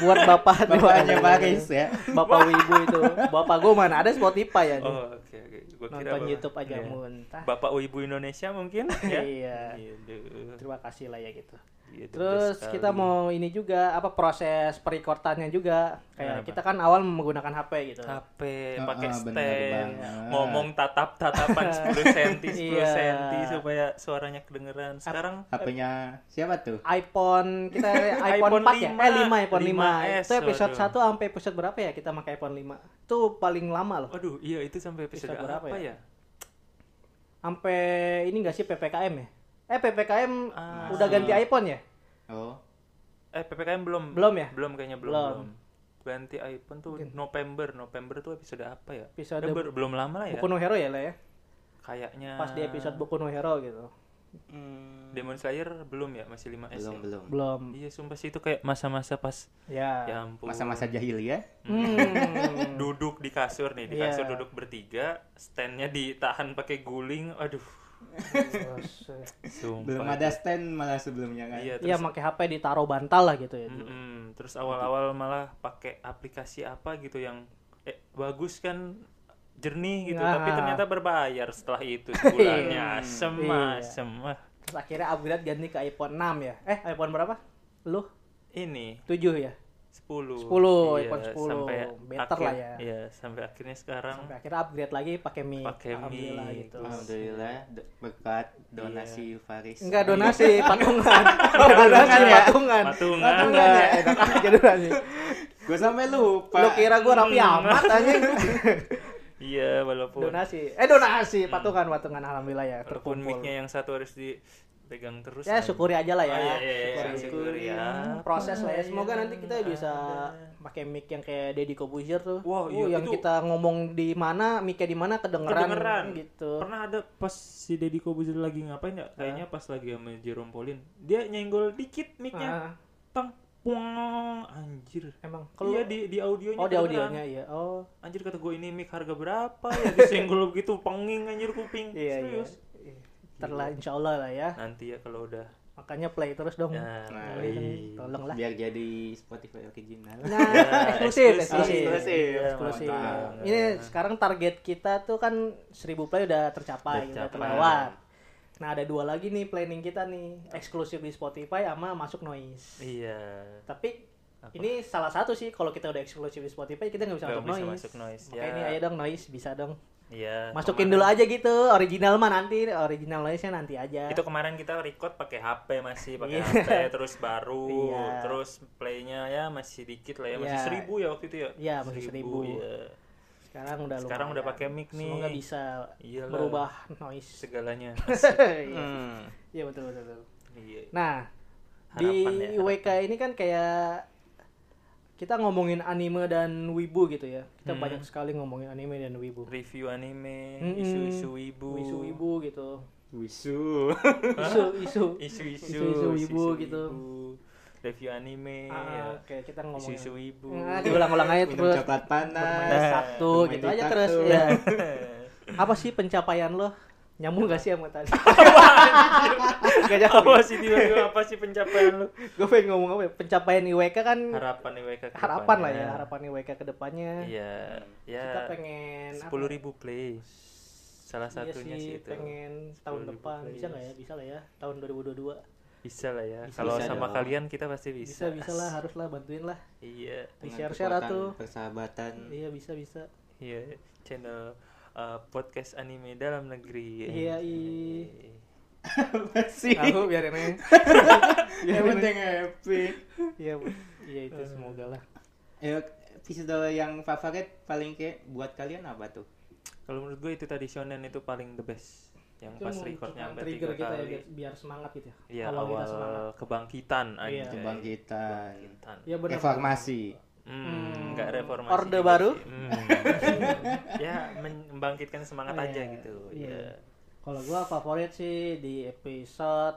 Speaker 2: buat bapak terima
Speaker 3: Bapaknya
Speaker 2: kasih.
Speaker 3: Paris ya.
Speaker 2: Bapak Wibu itu. Bapak gue mana ada Spotify ya nih.
Speaker 1: Oh, oke oke. Gua kira
Speaker 2: Nonton
Speaker 1: bapak-
Speaker 2: YouTube aja
Speaker 1: Iya.
Speaker 2: muntah.
Speaker 1: Bapak Ibu Indonesia mungkin ya.
Speaker 2: Iya.
Speaker 1: Gitu.
Speaker 2: Terima kasih lah ya gitu.
Speaker 1: Gitu
Speaker 2: Terus
Speaker 1: sekali.
Speaker 2: kita mau ini juga apa proses perekordannya juga. Kayak
Speaker 1: Kenapa?
Speaker 2: kita kan awal menggunakan HP gitu.
Speaker 1: HP
Speaker 3: Ah,
Speaker 1: pakai
Speaker 3: ah, benar
Speaker 1: stand,
Speaker 3: banget.
Speaker 1: ngomong tatap-tatapan 10 cm, 10
Speaker 2: Iya.
Speaker 1: cm supaya suaranya kedengeran. Sekarang
Speaker 3: HP-nya siapa tuh?
Speaker 2: iPhone kita
Speaker 1: iPhone
Speaker 2: iPhone 4 ya? Eh 5 iPhone 5.
Speaker 1: 5S,
Speaker 2: Itu episode
Speaker 1: waduh.
Speaker 2: 1 sampai episode berapa ya kita pakai iPhone 5? Itu paling lama loh.
Speaker 1: aduh, iya itu sampai episode
Speaker 2: Episode
Speaker 1: berapa
Speaker 2: berapa
Speaker 1: ya?
Speaker 2: Sampai ini enggak sih PPKM ya? Eh PPKM
Speaker 1: Ah.
Speaker 2: udah ganti iPhone ya?
Speaker 3: Oh.
Speaker 1: Eh PPKM belum.
Speaker 2: Belum ya?
Speaker 1: Belum kayaknya belum.
Speaker 2: Belum.
Speaker 1: belum. Ganti iPhone tuh November. November tuh episode apa ya?
Speaker 2: Episode
Speaker 1: Eh, baru- belum lama lah ya. Ah.
Speaker 2: Boku no Hero ya lah ya.
Speaker 1: Kayaknya
Speaker 2: Pas di episode Boku no Hero gitu. Hmm.
Speaker 1: Demon Slayer belum ya, masih 5S.
Speaker 3: Belum,
Speaker 1: ya?
Speaker 3: belum.
Speaker 2: Belum.
Speaker 1: Iya, sumpah sih itu kayak masa-masa pas
Speaker 2: Ya.
Speaker 1: ya ampun.
Speaker 3: Masa-masa ya? jahiliyah.
Speaker 2: Hmm.
Speaker 1: duduk di kasur nih di
Speaker 2: Iya.
Speaker 1: kasur duduk bertiga standnya ditahan pakai guling aduh
Speaker 2: Terus, eh,
Speaker 1: sumpah
Speaker 3: Belum ada stand malah sebelumnya kan.
Speaker 1: iya
Speaker 2: Iya
Speaker 1: terus
Speaker 2: pakai HP ditaruh bantal lah gitu ya. dulu.
Speaker 1: Mm-mm. terus awal-awal malah pakai aplikasi apa gitu yang eh, bagus kan jernih gitu tapi
Speaker 2: Nah.
Speaker 1: ternyata berbayar setelah itu sebulannya asem
Speaker 2: Iya.
Speaker 1: asem ah.
Speaker 2: Terus akhirnya upgrade ganti ke iPhone 6 ya. Eh iPhone berapa? Lu?
Speaker 1: ini
Speaker 2: 7 ya?
Speaker 1: 10
Speaker 2: 10, iPhone 10.
Speaker 1: sampai
Speaker 2: Better
Speaker 1: akhir-
Speaker 2: lah ya.
Speaker 1: iya, sampai akhirnya sekarang
Speaker 2: Sampai akhirnya upgrade lagi pakai Mi.
Speaker 1: Pakai Mi.
Speaker 2: Alhamdulillah gitu.
Speaker 3: Alhamdulillah do- berkat
Speaker 1: Iya.
Speaker 3: donasi Faris.
Speaker 2: Enggak donasi, patungan. Oh, donasi
Speaker 3: ya?
Speaker 2: patungan.
Speaker 1: Patungan.
Speaker 2: ya, enak aja donasi.
Speaker 3: Gue sampai lupa.
Speaker 2: Lu kira gua rapi
Speaker 1: Hmm.
Speaker 2: amat anjing.
Speaker 1: iya walaupun
Speaker 2: donasi. Eh donasi, patungan, patungan alhamdulillah ya
Speaker 1: walaupun
Speaker 2: terkumpul.
Speaker 1: mic-nya yang satu harus dipegang terus
Speaker 2: Ya
Speaker 1: anjing.
Speaker 2: syukuri aja lah ya.
Speaker 1: Oh, iya, iya, iya, syukuri ya.
Speaker 2: Proses lah ya. Semoga nanti kita
Speaker 1: iya,
Speaker 2: bisa pakai mic yang kayak Deddy Kobuzier tuh.
Speaker 1: Wah, iya,
Speaker 2: Uh, yang
Speaker 1: itu-
Speaker 2: kita ngomong di mana, mic-nya di mana kedengeran,
Speaker 1: kedengeran
Speaker 2: gitu.
Speaker 1: pernah ada pas si Deddy Kobuzer lagi ngapain ya kayaknya
Speaker 2: Ah.
Speaker 1: pas lagi sama Jerome Pauline dia nyenggol dikit mic-nya
Speaker 2: Ah,
Speaker 1: tang puang anjir
Speaker 2: emang
Speaker 1: kalau
Speaker 2: kalau
Speaker 1: iya di di audionya
Speaker 2: Oh, di
Speaker 1: kedengeran.
Speaker 2: audionya iya. Oh.
Speaker 1: anjir kata gue ini mic harga berapa ya disenggol begitu penging anjir kuping
Speaker 2: Iya, iya.
Speaker 1: serius
Speaker 2: Iya. Ntar lah insya Allah lah ya.
Speaker 1: nanti ya kalau udah
Speaker 2: Makanya play terus dong.
Speaker 1: nah,
Speaker 3: Nah,
Speaker 1: iya. Ya,
Speaker 3: iya.
Speaker 2: Tolong lah.
Speaker 3: Biar jadi Spotify original.
Speaker 2: Nah, eksklusif, eksklusif. Eksklusif.
Speaker 1: Iya, mantap.
Speaker 2: Ini sekarang target kita tuh kan 1000 play udah tercapai,
Speaker 1: Tercapai.
Speaker 2: udah terlewat. Nah, ada dua lagi nih planning kita nih, eksklusif di Spotify sama masuk noise.
Speaker 1: iya
Speaker 2: Tapi
Speaker 1: Apa?
Speaker 2: ini salah satu sih kalau kita udah eksklusif di Spotify kita nggak bisa,
Speaker 1: Nggak
Speaker 2: masuk,
Speaker 1: bisa
Speaker 2: noise.
Speaker 1: masuk noise,
Speaker 2: Makanya
Speaker 1: ya.
Speaker 2: nih, ayo dong noise bisa dong.
Speaker 1: iya
Speaker 2: Masukin dulu
Speaker 1: kemarin-
Speaker 2: aja gitu, original mah nanti, original noise-nya nanti aja.
Speaker 1: itu kemarin kita record pakai HP masih pakai
Speaker 2: Iya.
Speaker 1: HP terus baru
Speaker 2: Iya.
Speaker 1: terus playnya ya masih dikit lah ya masih
Speaker 2: Iya.
Speaker 1: seribu ya waktu itu ya
Speaker 2: Iya, masih seribu.
Speaker 1: ya.
Speaker 2: Sekarang udah
Speaker 1: Sekarang
Speaker 2: lumayan.
Speaker 1: udah pakai mic nih.
Speaker 2: Semoga bisa
Speaker 1: Iyalah.
Speaker 2: merubah noise.
Speaker 1: segalanya
Speaker 2: Iya
Speaker 3: Hmm.
Speaker 2: Iya, betul betul. betul.
Speaker 1: Iya.
Speaker 2: Nah,
Speaker 1: Harapan ya,
Speaker 2: di WK ini kan kayak kita ngomongin anime dan wibu gitu ya. Kita
Speaker 1: Hmm.
Speaker 2: banyak sekali ngomongin anime dan wibu.
Speaker 1: review anime
Speaker 2: Mm-mm.
Speaker 1: isu-isu wibu
Speaker 2: Isu wibu gitu.
Speaker 3: Wisu.
Speaker 2: Isu isu.
Speaker 1: isu-isu
Speaker 2: Isu-isu wibu
Speaker 1: isu-isu
Speaker 2: gitu.
Speaker 1: wibu. review anime ya.
Speaker 2: Ah, Oke, kita ngomongin.
Speaker 1: isu-isu wibu
Speaker 2: Nah, diulang-ulang aja
Speaker 3: Minum
Speaker 2: terus.
Speaker 3: coklat
Speaker 2: Bermain
Speaker 3: panas.
Speaker 2: Sabtu
Speaker 3: bermain
Speaker 2: gitu
Speaker 3: di
Speaker 2: aja
Speaker 3: kartu.
Speaker 2: terus. Iya. Apa sih pencapaian lo? Nyambung gak sih sama tadi? Gak jauh.
Speaker 1: apa sih tiba-tiba apa sih pencapaian lu
Speaker 2: Gue pengen ngomong apa ya? Pencapaian IWK kan
Speaker 1: harapan IWK ke
Speaker 2: harapan lah ya,
Speaker 1: depannya.
Speaker 2: harapan IWK ke depannya.
Speaker 1: iya ya
Speaker 2: Kita pengen
Speaker 1: sepuluh
Speaker 2: apa?
Speaker 1: ribu play salah
Speaker 2: Iya
Speaker 1: satunya sih, itu
Speaker 2: pengen tahun
Speaker 1: 10.000
Speaker 2: depan bisa nggak ya? Bisa lah ya. Tahun 2022.
Speaker 1: Bisa lah ya.
Speaker 3: Bisa,
Speaker 1: Kalau
Speaker 3: bisa
Speaker 1: sama
Speaker 3: dong.
Speaker 1: kalian kita pasti bisa.
Speaker 2: bisa bisa lah haruslah bantuin lah
Speaker 1: Iya.
Speaker 2: di
Speaker 3: Dengan
Speaker 2: share share
Speaker 3: kekuatan
Speaker 2: atau
Speaker 3: persahabatan
Speaker 1: Hmm.
Speaker 2: iya bisa bisa
Speaker 1: Iya, channel uh, podcast anime dalam negeri.
Speaker 2: Iya, i.
Speaker 3: apa
Speaker 1: Iya
Speaker 3: sih
Speaker 2: aku biarin aja
Speaker 3: yang penting happy
Speaker 2: iya Bu. iya itu
Speaker 1: Hmm.
Speaker 2: semoga lah
Speaker 3: Ayo, episode yang favorit paling kayak buat kalian apa tuh
Speaker 1: Kalau menurut gue itu tadi shonen itu paling the best. Yang
Speaker 2: itu
Speaker 1: pas
Speaker 2: mau
Speaker 1: recordnya
Speaker 2: cukup
Speaker 1: sampai
Speaker 2: trigger
Speaker 1: tiga
Speaker 2: kita ya
Speaker 1: kali.
Speaker 2: biar, biar semangat gitu ya
Speaker 1: Iya,
Speaker 2: awal,
Speaker 1: awal,
Speaker 2: kita semangat
Speaker 1: kebangkitan
Speaker 2: Iya.
Speaker 1: aja.
Speaker 3: kebangkitan
Speaker 1: Kebangkitan.
Speaker 2: ya benar
Speaker 3: reformasi
Speaker 1: Hmm, nggak reformasi.
Speaker 2: Orde
Speaker 1: juga
Speaker 2: baru?
Speaker 1: sih. Hmm. ya, men- membangkitkan semangat
Speaker 2: Iya,
Speaker 1: aja gitu.
Speaker 2: iya.
Speaker 1: Iya.
Speaker 2: kalau gua favorit sih di episode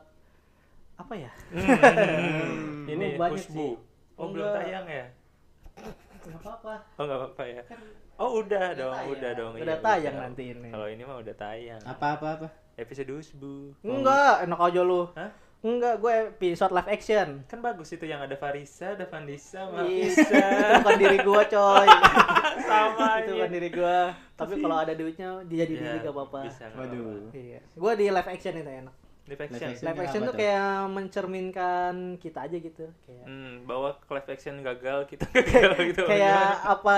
Speaker 2: apa ya
Speaker 1: Hmm, Iya. Ini
Speaker 2: Gua banyak
Speaker 1: Husbu.
Speaker 2: sih.
Speaker 1: Oh, belum
Speaker 2: Enggak.
Speaker 1: tayang ya?
Speaker 2: nggak apa-apa
Speaker 1: Oh, nggak apa-apa ya. Oh, udah dong,
Speaker 2: tayang.
Speaker 1: udah dong.
Speaker 2: Udah
Speaker 1: iya,
Speaker 2: tayang
Speaker 1: udah.
Speaker 2: nanti ini.
Speaker 1: Kalau ini mah udah tayang.
Speaker 3: apa apa apa
Speaker 1: Episode Husbu.
Speaker 2: enggak enak aja lu
Speaker 1: Hah?
Speaker 2: enggak gue episode live action
Speaker 1: Kan bagus itu yang ada Farisa, ada Vandisa, sama
Speaker 2: bisa itu bukan diri gua coy
Speaker 1: sama
Speaker 2: itu bukan diri gua tapi kalau ada duitnya
Speaker 1: Iya.
Speaker 2: dia Iya. jadi diri gak apa-apa
Speaker 3: waduh
Speaker 2: iya gua di live action itu enak
Speaker 1: Live action.
Speaker 3: Live action.
Speaker 2: live action
Speaker 3: apa
Speaker 2: tuh
Speaker 3: tuh?
Speaker 2: kayak mencerminkan kita aja gitu kayak
Speaker 1: Hmm, bahwa live action gagal kita gagal gitu.
Speaker 2: kayak apa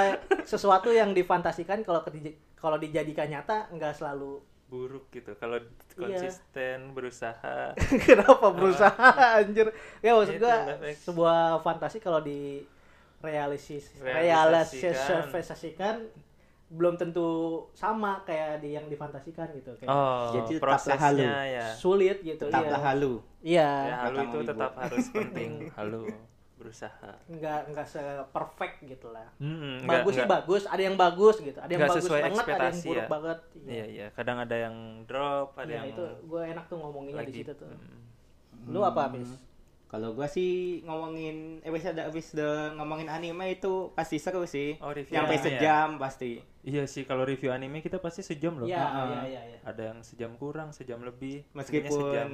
Speaker 2: sesuatu yang difantasikan kalau kedij- kalau dijadikan nyata nggak selalu
Speaker 1: buruk gitu. Kalau
Speaker 2: Iya.
Speaker 1: konsisten berusaha.
Speaker 2: kenapa berusaha anjir ya
Speaker 1: Iya, Itu
Speaker 2: maksud gua
Speaker 1: live action.
Speaker 2: sebuah fantasi kalau di realisis
Speaker 1: Realisasikan.
Speaker 2: realisasikan belum tentu sama kayak di yang difantasikan gitu kayak
Speaker 1: Oh,
Speaker 3: Jadi tetaplah
Speaker 1: prosesnya
Speaker 3: halu.
Speaker 1: ya.
Speaker 2: sulit gitu
Speaker 3: tetaplah
Speaker 2: iya
Speaker 3: halu
Speaker 2: iya
Speaker 1: Ya, halu itu
Speaker 3: Kata Mang Wibo.
Speaker 1: tetap harus penting. Halu berusaha.
Speaker 2: nggak nggak se perfect gitu lah
Speaker 1: Hmm, enggak,
Speaker 2: bagus sih
Speaker 1: enggak.
Speaker 2: bagus ada yang bagus gitu ada yang
Speaker 1: Nggak
Speaker 2: bagus
Speaker 1: sesuai
Speaker 2: banget ada yang
Speaker 1: ekspektasi
Speaker 2: buruk
Speaker 1: ya.
Speaker 2: banget
Speaker 1: Iya, iya. Kadang ada yang drop, ada
Speaker 2: Iya,
Speaker 1: yang
Speaker 2: itu gue enak tuh ngomonginnya di
Speaker 1: lagi.
Speaker 2: situ tuh
Speaker 1: Hmm.
Speaker 2: lu apa abis
Speaker 3: Kalau gua sih ngomongin episode episode ngomongin anime itu pasti seru sih.
Speaker 1: Oh, review anime
Speaker 3: Nyampe
Speaker 1: ya?
Speaker 3: sejam pasti.
Speaker 1: Iya sih, kalau review anime kita pasti sejam loh.
Speaker 2: iya
Speaker 3: Ah,
Speaker 2: iya
Speaker 3: ah.
Speaker 2: iya iya
Speaker 1: Ada yang sejam kurang, sejam lebih.
Speaker 3: Meskipun
Speaker 1: Sebenarnya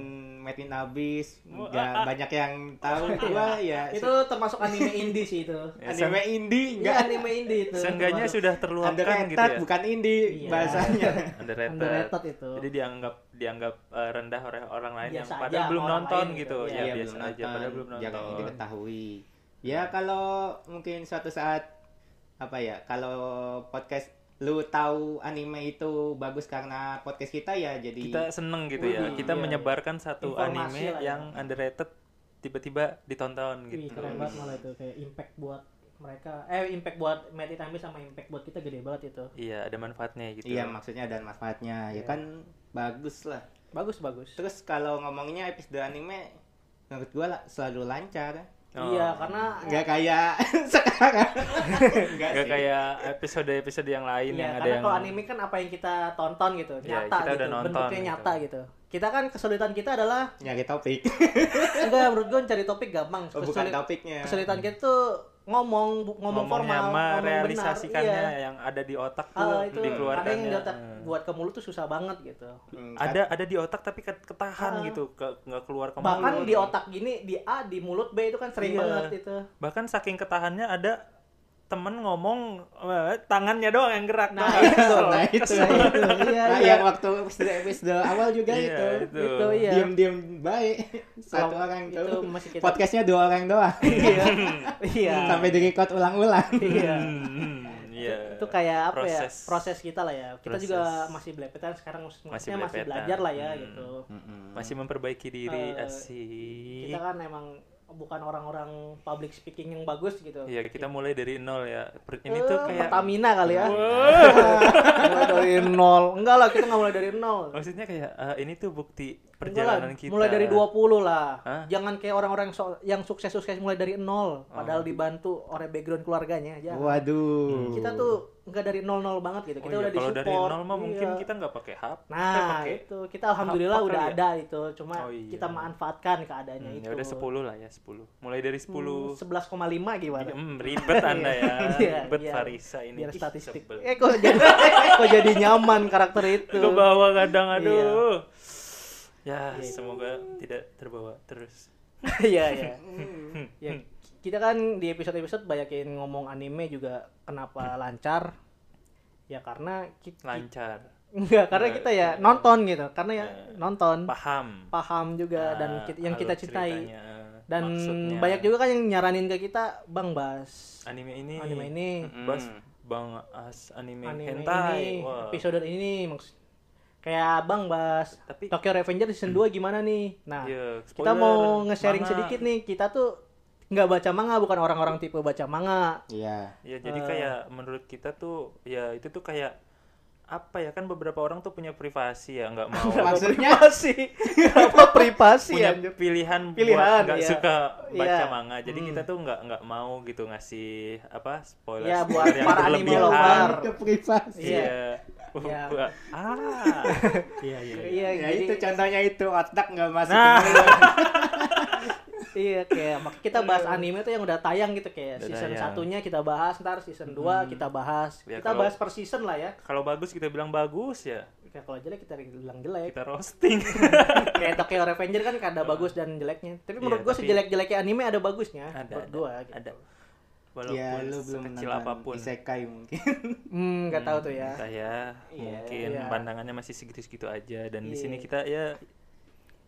Speaker 3: Metin habis,
Speaker 2: Oh,
Speaker 3: nggak banyak yang tahu gua ya.
Speaker 2: ah, Iya. itu termasuk anime indie sih itu
Speaker 1: Ya,
Speaker 3: anime indie
Speaker 2: Iya
Speaker 3: enggak
Speaker 2: anime indie itu.
Speaker 1: Seenggaknya
Speaker 2: termasuk.
Speaker 1: sudah terluapkan
Speaker 3: underrated
Speaker 1: gitu ya.
Speaker 3: kan bukan indie
Speaker 2: Iya.
Speaker 3: bahasanya.
Speaker 1: Underrated.
Speaker 2: underrated itu.
Speaker 1: Jadi dianggap dianggap eh, rendah oleh orang lain yang
Speaker 2: Biasa aja
Speaker 1: padahal belum
Speaker 2: orang
Speaker 1: nonton gitu.
Speaker 2: lain gitu.
Speaker 1: Ya,
Speaker 3: Iya,
Speaker 1: biasa aja padahal belum nonton.
Speaker 3: Jarang diketahui. Ya kalau mungkin suatu saat apa ya kalau podcast lu tahu anime itu bagus karena podcast kita ya jadi
Speaker 1: Kita seneng gitu ya.
Speaker 2: Wih,
Speaker 1: Kita
Speaker 2: iya,
Speaker 1: menyebarkan satu
Speaker 2: Informasi
Speaker 1: anime
Speaker 2: lah ya.
Speaker 1: yang underrated tiba-tiba ditonton
Speaker 2: Wih,
Speaker 1: gitu.
Speaker 2: keren banget malah itu kayak impact buat mereka eh impact buat Mad Itami sama impact buat kita gede banget itu.
Speaker 1: Iya, ada manfaatnya gitu. Iya.
Speaker 3: Iya maksudnya dan manfaatnya ya kan bagus lah.
Speaker 2: Bagus bagus.
Speaker 3: Terus kalau ngomongnya episode anime menurut gua la- selalu lancar.
Speaker 1: Oh.
Speaker 2: Iya, karena
Speaker 3: Enggak kayak sekarang. Enggak
Speaker 1: Gak
Speaker 3: sih.
Speaker 1: kayak episode-episode yang lain
Speaker 2: Iya,
Speaker 1: yang ada
Speaker 2: karena
Speaker 1: yang
Speaker 2: kalau anime kan apa yang kita tonton gitu,
Speaker 1: Iya, kita
Speaker 2: nyata gitu,
Speaker 1: udah nonton
Speaker 2: bentuknya
Speaker 1: gitu.
Speaker 2: nyata gitu. Kita kan kesulitan kita adalah
Speaker 3: Nyari topik.
Speaker 2: enggak menurut gue cari topik gampang.
Speaker 3: Oh, bukan
Speaker 2: Kesulit-
Speaker 3: topiknya.
Speaker 2: kesulitan kita tuh ngomong bu- ngomong
Speaker 1: ngomongnya sama
Speaker 2: formal, ngomong benar,
Speaker 1: realisasikannya
Speaker 2: iya.
Speaker 1: yang ada di otak tuh
Speaker 2: Ah, itu ada yang
Speaker 1: dikeluarkannya.
Speaker 2: di otak
Speaker 1: Hmm.
Speaker 2: buat ke mulut tuh susah banget gitu.
Speaker 3: Hmm,
Speaker 1: ada ada di otak tapi ket- ketahan
Speaker 2: Ah.
Speaker 1: gitu ke- nggak keluar ke
Speaker 2: bahkan
Speaker 1: mulut.
Speaker 2: di otak gini di A di mulut B itu kan sering
Speaker 1: Iya.
Speaker 2: banget itu
Speaker 1: bahkan saking ketahannya ada temen ngomong eh, tangannya doang yang gerak
Speaker 2: nah
Speaker 1: Tau nggak?
Speaker 2: itu
Speaker 3: Nah, itu.
Speaker 2: Nah, itu. iya
Speaker 3: Nah,
Speaker 2: iya
Speaker 3: yang waktu episode, episode awal juga
Speaker 1: Iya,
Speaker 3: itu.
Speaker 1: itu.
Speaker 2: itu iya
Speaker 3: Diam-diam baik. Satu
Speaker 2: Kalau
Speaker 3: orang
Speaker 2: itu
Speaker 3: tuh.
Speaker 2: masih kita
Speaker 3: Podcastnya dua orang doang.
Speaker 2: iya iya
Speaker 3: Sampai di record ulang-ulang.
Speaker 2: iya
Speaker 1: Hmm, iya
Speaker 2: itu kayak apa ya
Speaker 1: Proses.
Speaker 2: proses kita lah ya kita
Speaker 1: Proses.
Speaker 2: juga masih belepetan sekarang maksudnya masih,
Speaker 1: belepetan.
Speaker 2: belajar lah ya
Speaker 1: Hmm.
Speaker 2: gitu
Speaker 1: masih memperbaiki diri
Speaker 2: Eh,
Speaker 1: asik
Speaker 2: kita kan emang bukan orang-orang public speaking yang bagus gitu
Speaker 1: iya kita mulai dari nol ya Per- ini tuh
Speaker 2: Eh,
Speaker 1: kayak
Speaker 2: Pertamina kali ya mulai dari nol enggak lah kita nggak mulai dari nol
Speaker 1: maksudnya kayak eh, ini tuh bukti
Speaker 2: Enggak lah,
Speaker 1: perjalanan kita
Speaker 2: Mulai dari 20 lah.
Speaker 1: Hah? Ah.
Speaker 2: Jangan kayak orang-orang yang so- yang sukses-sukses mulai dari nol padahal dibantu oleh background keluarganya aja.
Speaker 3: Waduh. Iya.
Speaker 2: Kita tuh enggak dari nol-nol banget gitu.
Speaker 1: Oh
Speaker 2: Kita
Speaker 1: iya,
Speaker 2: udah
Speaker 1: kalau
Speaker 2: disupport.
Speaker 1: dari nol mah
Speaker 2: Iya.
Speaker 1: mungkin kita nggak pakai HP kita
Speaker 2: Nah,
Speaker 1: pakai
Speaker 2: itu kita alhamdulillah
Speaker 1: apa
Speaker 2: udah
Speaker 1: kali ya?
Speaker 2: ada itu. Cuma
Speaker 1: Oh iya.
Speaker 2: kita manfaatkan keadaannya
Speaker 1: Hmm,
Speaker 2: itu. Hmm,
Speaker 1: ya udah 10 lah ya 10 mulai dari 10
Speaker 2: 11,5 gimana?
Speaker 1: Hmm, ribet anda ya
Speaker 2: Iya,
Speaker 1: ribet
Speaker 2: biar-
Speaker 1: Farisa ini
Speaker 2: Biar
Speaker 1: Ih,
Speaker 2: statistik.
Speaker 1: sebel.
Speaker 2: Eh kok jadi kok jadi nyaman karakter itu.
Speaker 1: ke bawah kadang aduh
Speaker 2: Iya.
Speaker 1: ya semoga tidak terbawa terus
Speaker 2: Iya iya.
Speaker 1: Hmm.
Speaker 2: Ya, kita kan di episode-episode
Speaker 1: Hmm.
Speaker 2: banyakin ngomong anime juga kenapa lancar? Ya karena kita,
Speaker 1: lancar
Speaker 2: Enggak, karena kita ya nonton gitu. Karena ya
Speaker 1: Iya.
Speaker 2: nonton
Speaker 1: paham
Speaker 2: paham juga dan
Speaker 1: Ah,
Speaker 2: ki- yang
Speaker 1: alur
Speaker 2: kita cintai.
Speaker 1: ceritanya,
Speaker 2: Dan
Speaker 1: maksudnya.
Speaker 2: banyak juga kan yang nyaranin ke kita, "Bang, bahas
Speaker 1: anime ini Hmm.
Speaker 2: anime ini,
Speaker 1: Bas
Speaker 3: Mm.
Speaker 1: bang as anime,
Speaker 2: anime
Speaker 1: hentai
Speaker 2: ini,
Speaker 1: Wah.
Speaker 2: episode ini." Maksud kayak Bang bahas
Speaker 1: tapi
Speaker 2: Tokyo Revenger season 2 gimana nih? Nah,
Speaker 1: ya, spoiler,
Speaker 2: kita mau nge-sharing
Speaker 1: manga.
Speaker 2: sedikit nih. Kita tuh nggak baca manga, bukan orang-orang tipe baca manga.
Speaker 3: Iya.
Speaker 1: Ya jadi
Speaker 2: Eh.
Speaker 1: kayak menurut kita tuh ya itu tuh kayak apa ya kan beberapa orang tuh punya privasi ya nggak mau
Speaker 3: Maksudnya
Speaker 2: privasi. Apa privasi
Speaker 1: punya
Speaker 2: ya?
Speaker 1: pilihan,
Speaker 2: Pilihan,
Speaker 1: buat nggak
Speaker 2: iya.
Speaker 1: suka baca
Speaker 2: Iya.
Speaker 1: manga jadi
Speaker 2: Hmm.
Speaker 1: kita tuh nggak nggak mau gitu ngasih apa spoiler
Speaker 2: Ya, buat
Speaker 1: spoiler yang
Speaker 2: para anime
Speaker 1: berlebihan.
Speaker 2: lover.
Speaker 3: ke privasi.
Speaker 1: iya
Speaker 2: Iya.
Speaker 1: Wah, ah iya iya iya.
Speaker 2: Iya,
Speaker 3: Ya
Speaker 2: jadi-
Speaker 3: itu contohnya itu otak nggak masuk.
Speaker 1: Nah.
Speaker 3: dulu.
Speaker 2: Iya kayak mak- kita bahas anime tuh yang udah tayang gitu
Speaker 1: Udah
Speaker 2: kayak season
Speaker 1: tayang.
Speaker 2: satunya kita bahas ntar season 2 kita bahas
Speaker 1: Ya,
Speaker 2: kita
Speaker 1: kalau-
Speaker 2: bahas per season lah ya
Speaker 1: kalau bagus kita bilang bagus ya
Speaker 2: kayak kalau jelek kita bilang jelek
Speaker 1: kita roasting
Speaker 2: kayak Tokyo Revenger kan ada bagus dan jeleknya tapi
Speaker 1: Iya,
Speaker 2: menurut gua
Speaker 1: tapi-
Speaker 2: sejelek-jeleknya anime ada bagusnya
Speaker 1: ada
Speaker 2: menurut
Speaker 1: ada,
Speaker 2: gua gitu.
Speaker 1: ada
Speaker 3: ya
Speaker 1: walaupun
Speaker 3: lu belum
Speaker 1: kecil
Speaker 3: nonton
Speaker 1: apapun
Speaker 3: isekai mungkin.
Speaker 2: hmm nggak tahu tuh ya
Speaker 1: saya
Speaker 2: Iya,
Speaker 1: mungkin
Speaker 2: iya.
Speaker 1: pandangannya masih segitu-segitu aja dan di
Speaker 2: Iya.
Speaker 1: sini kita ya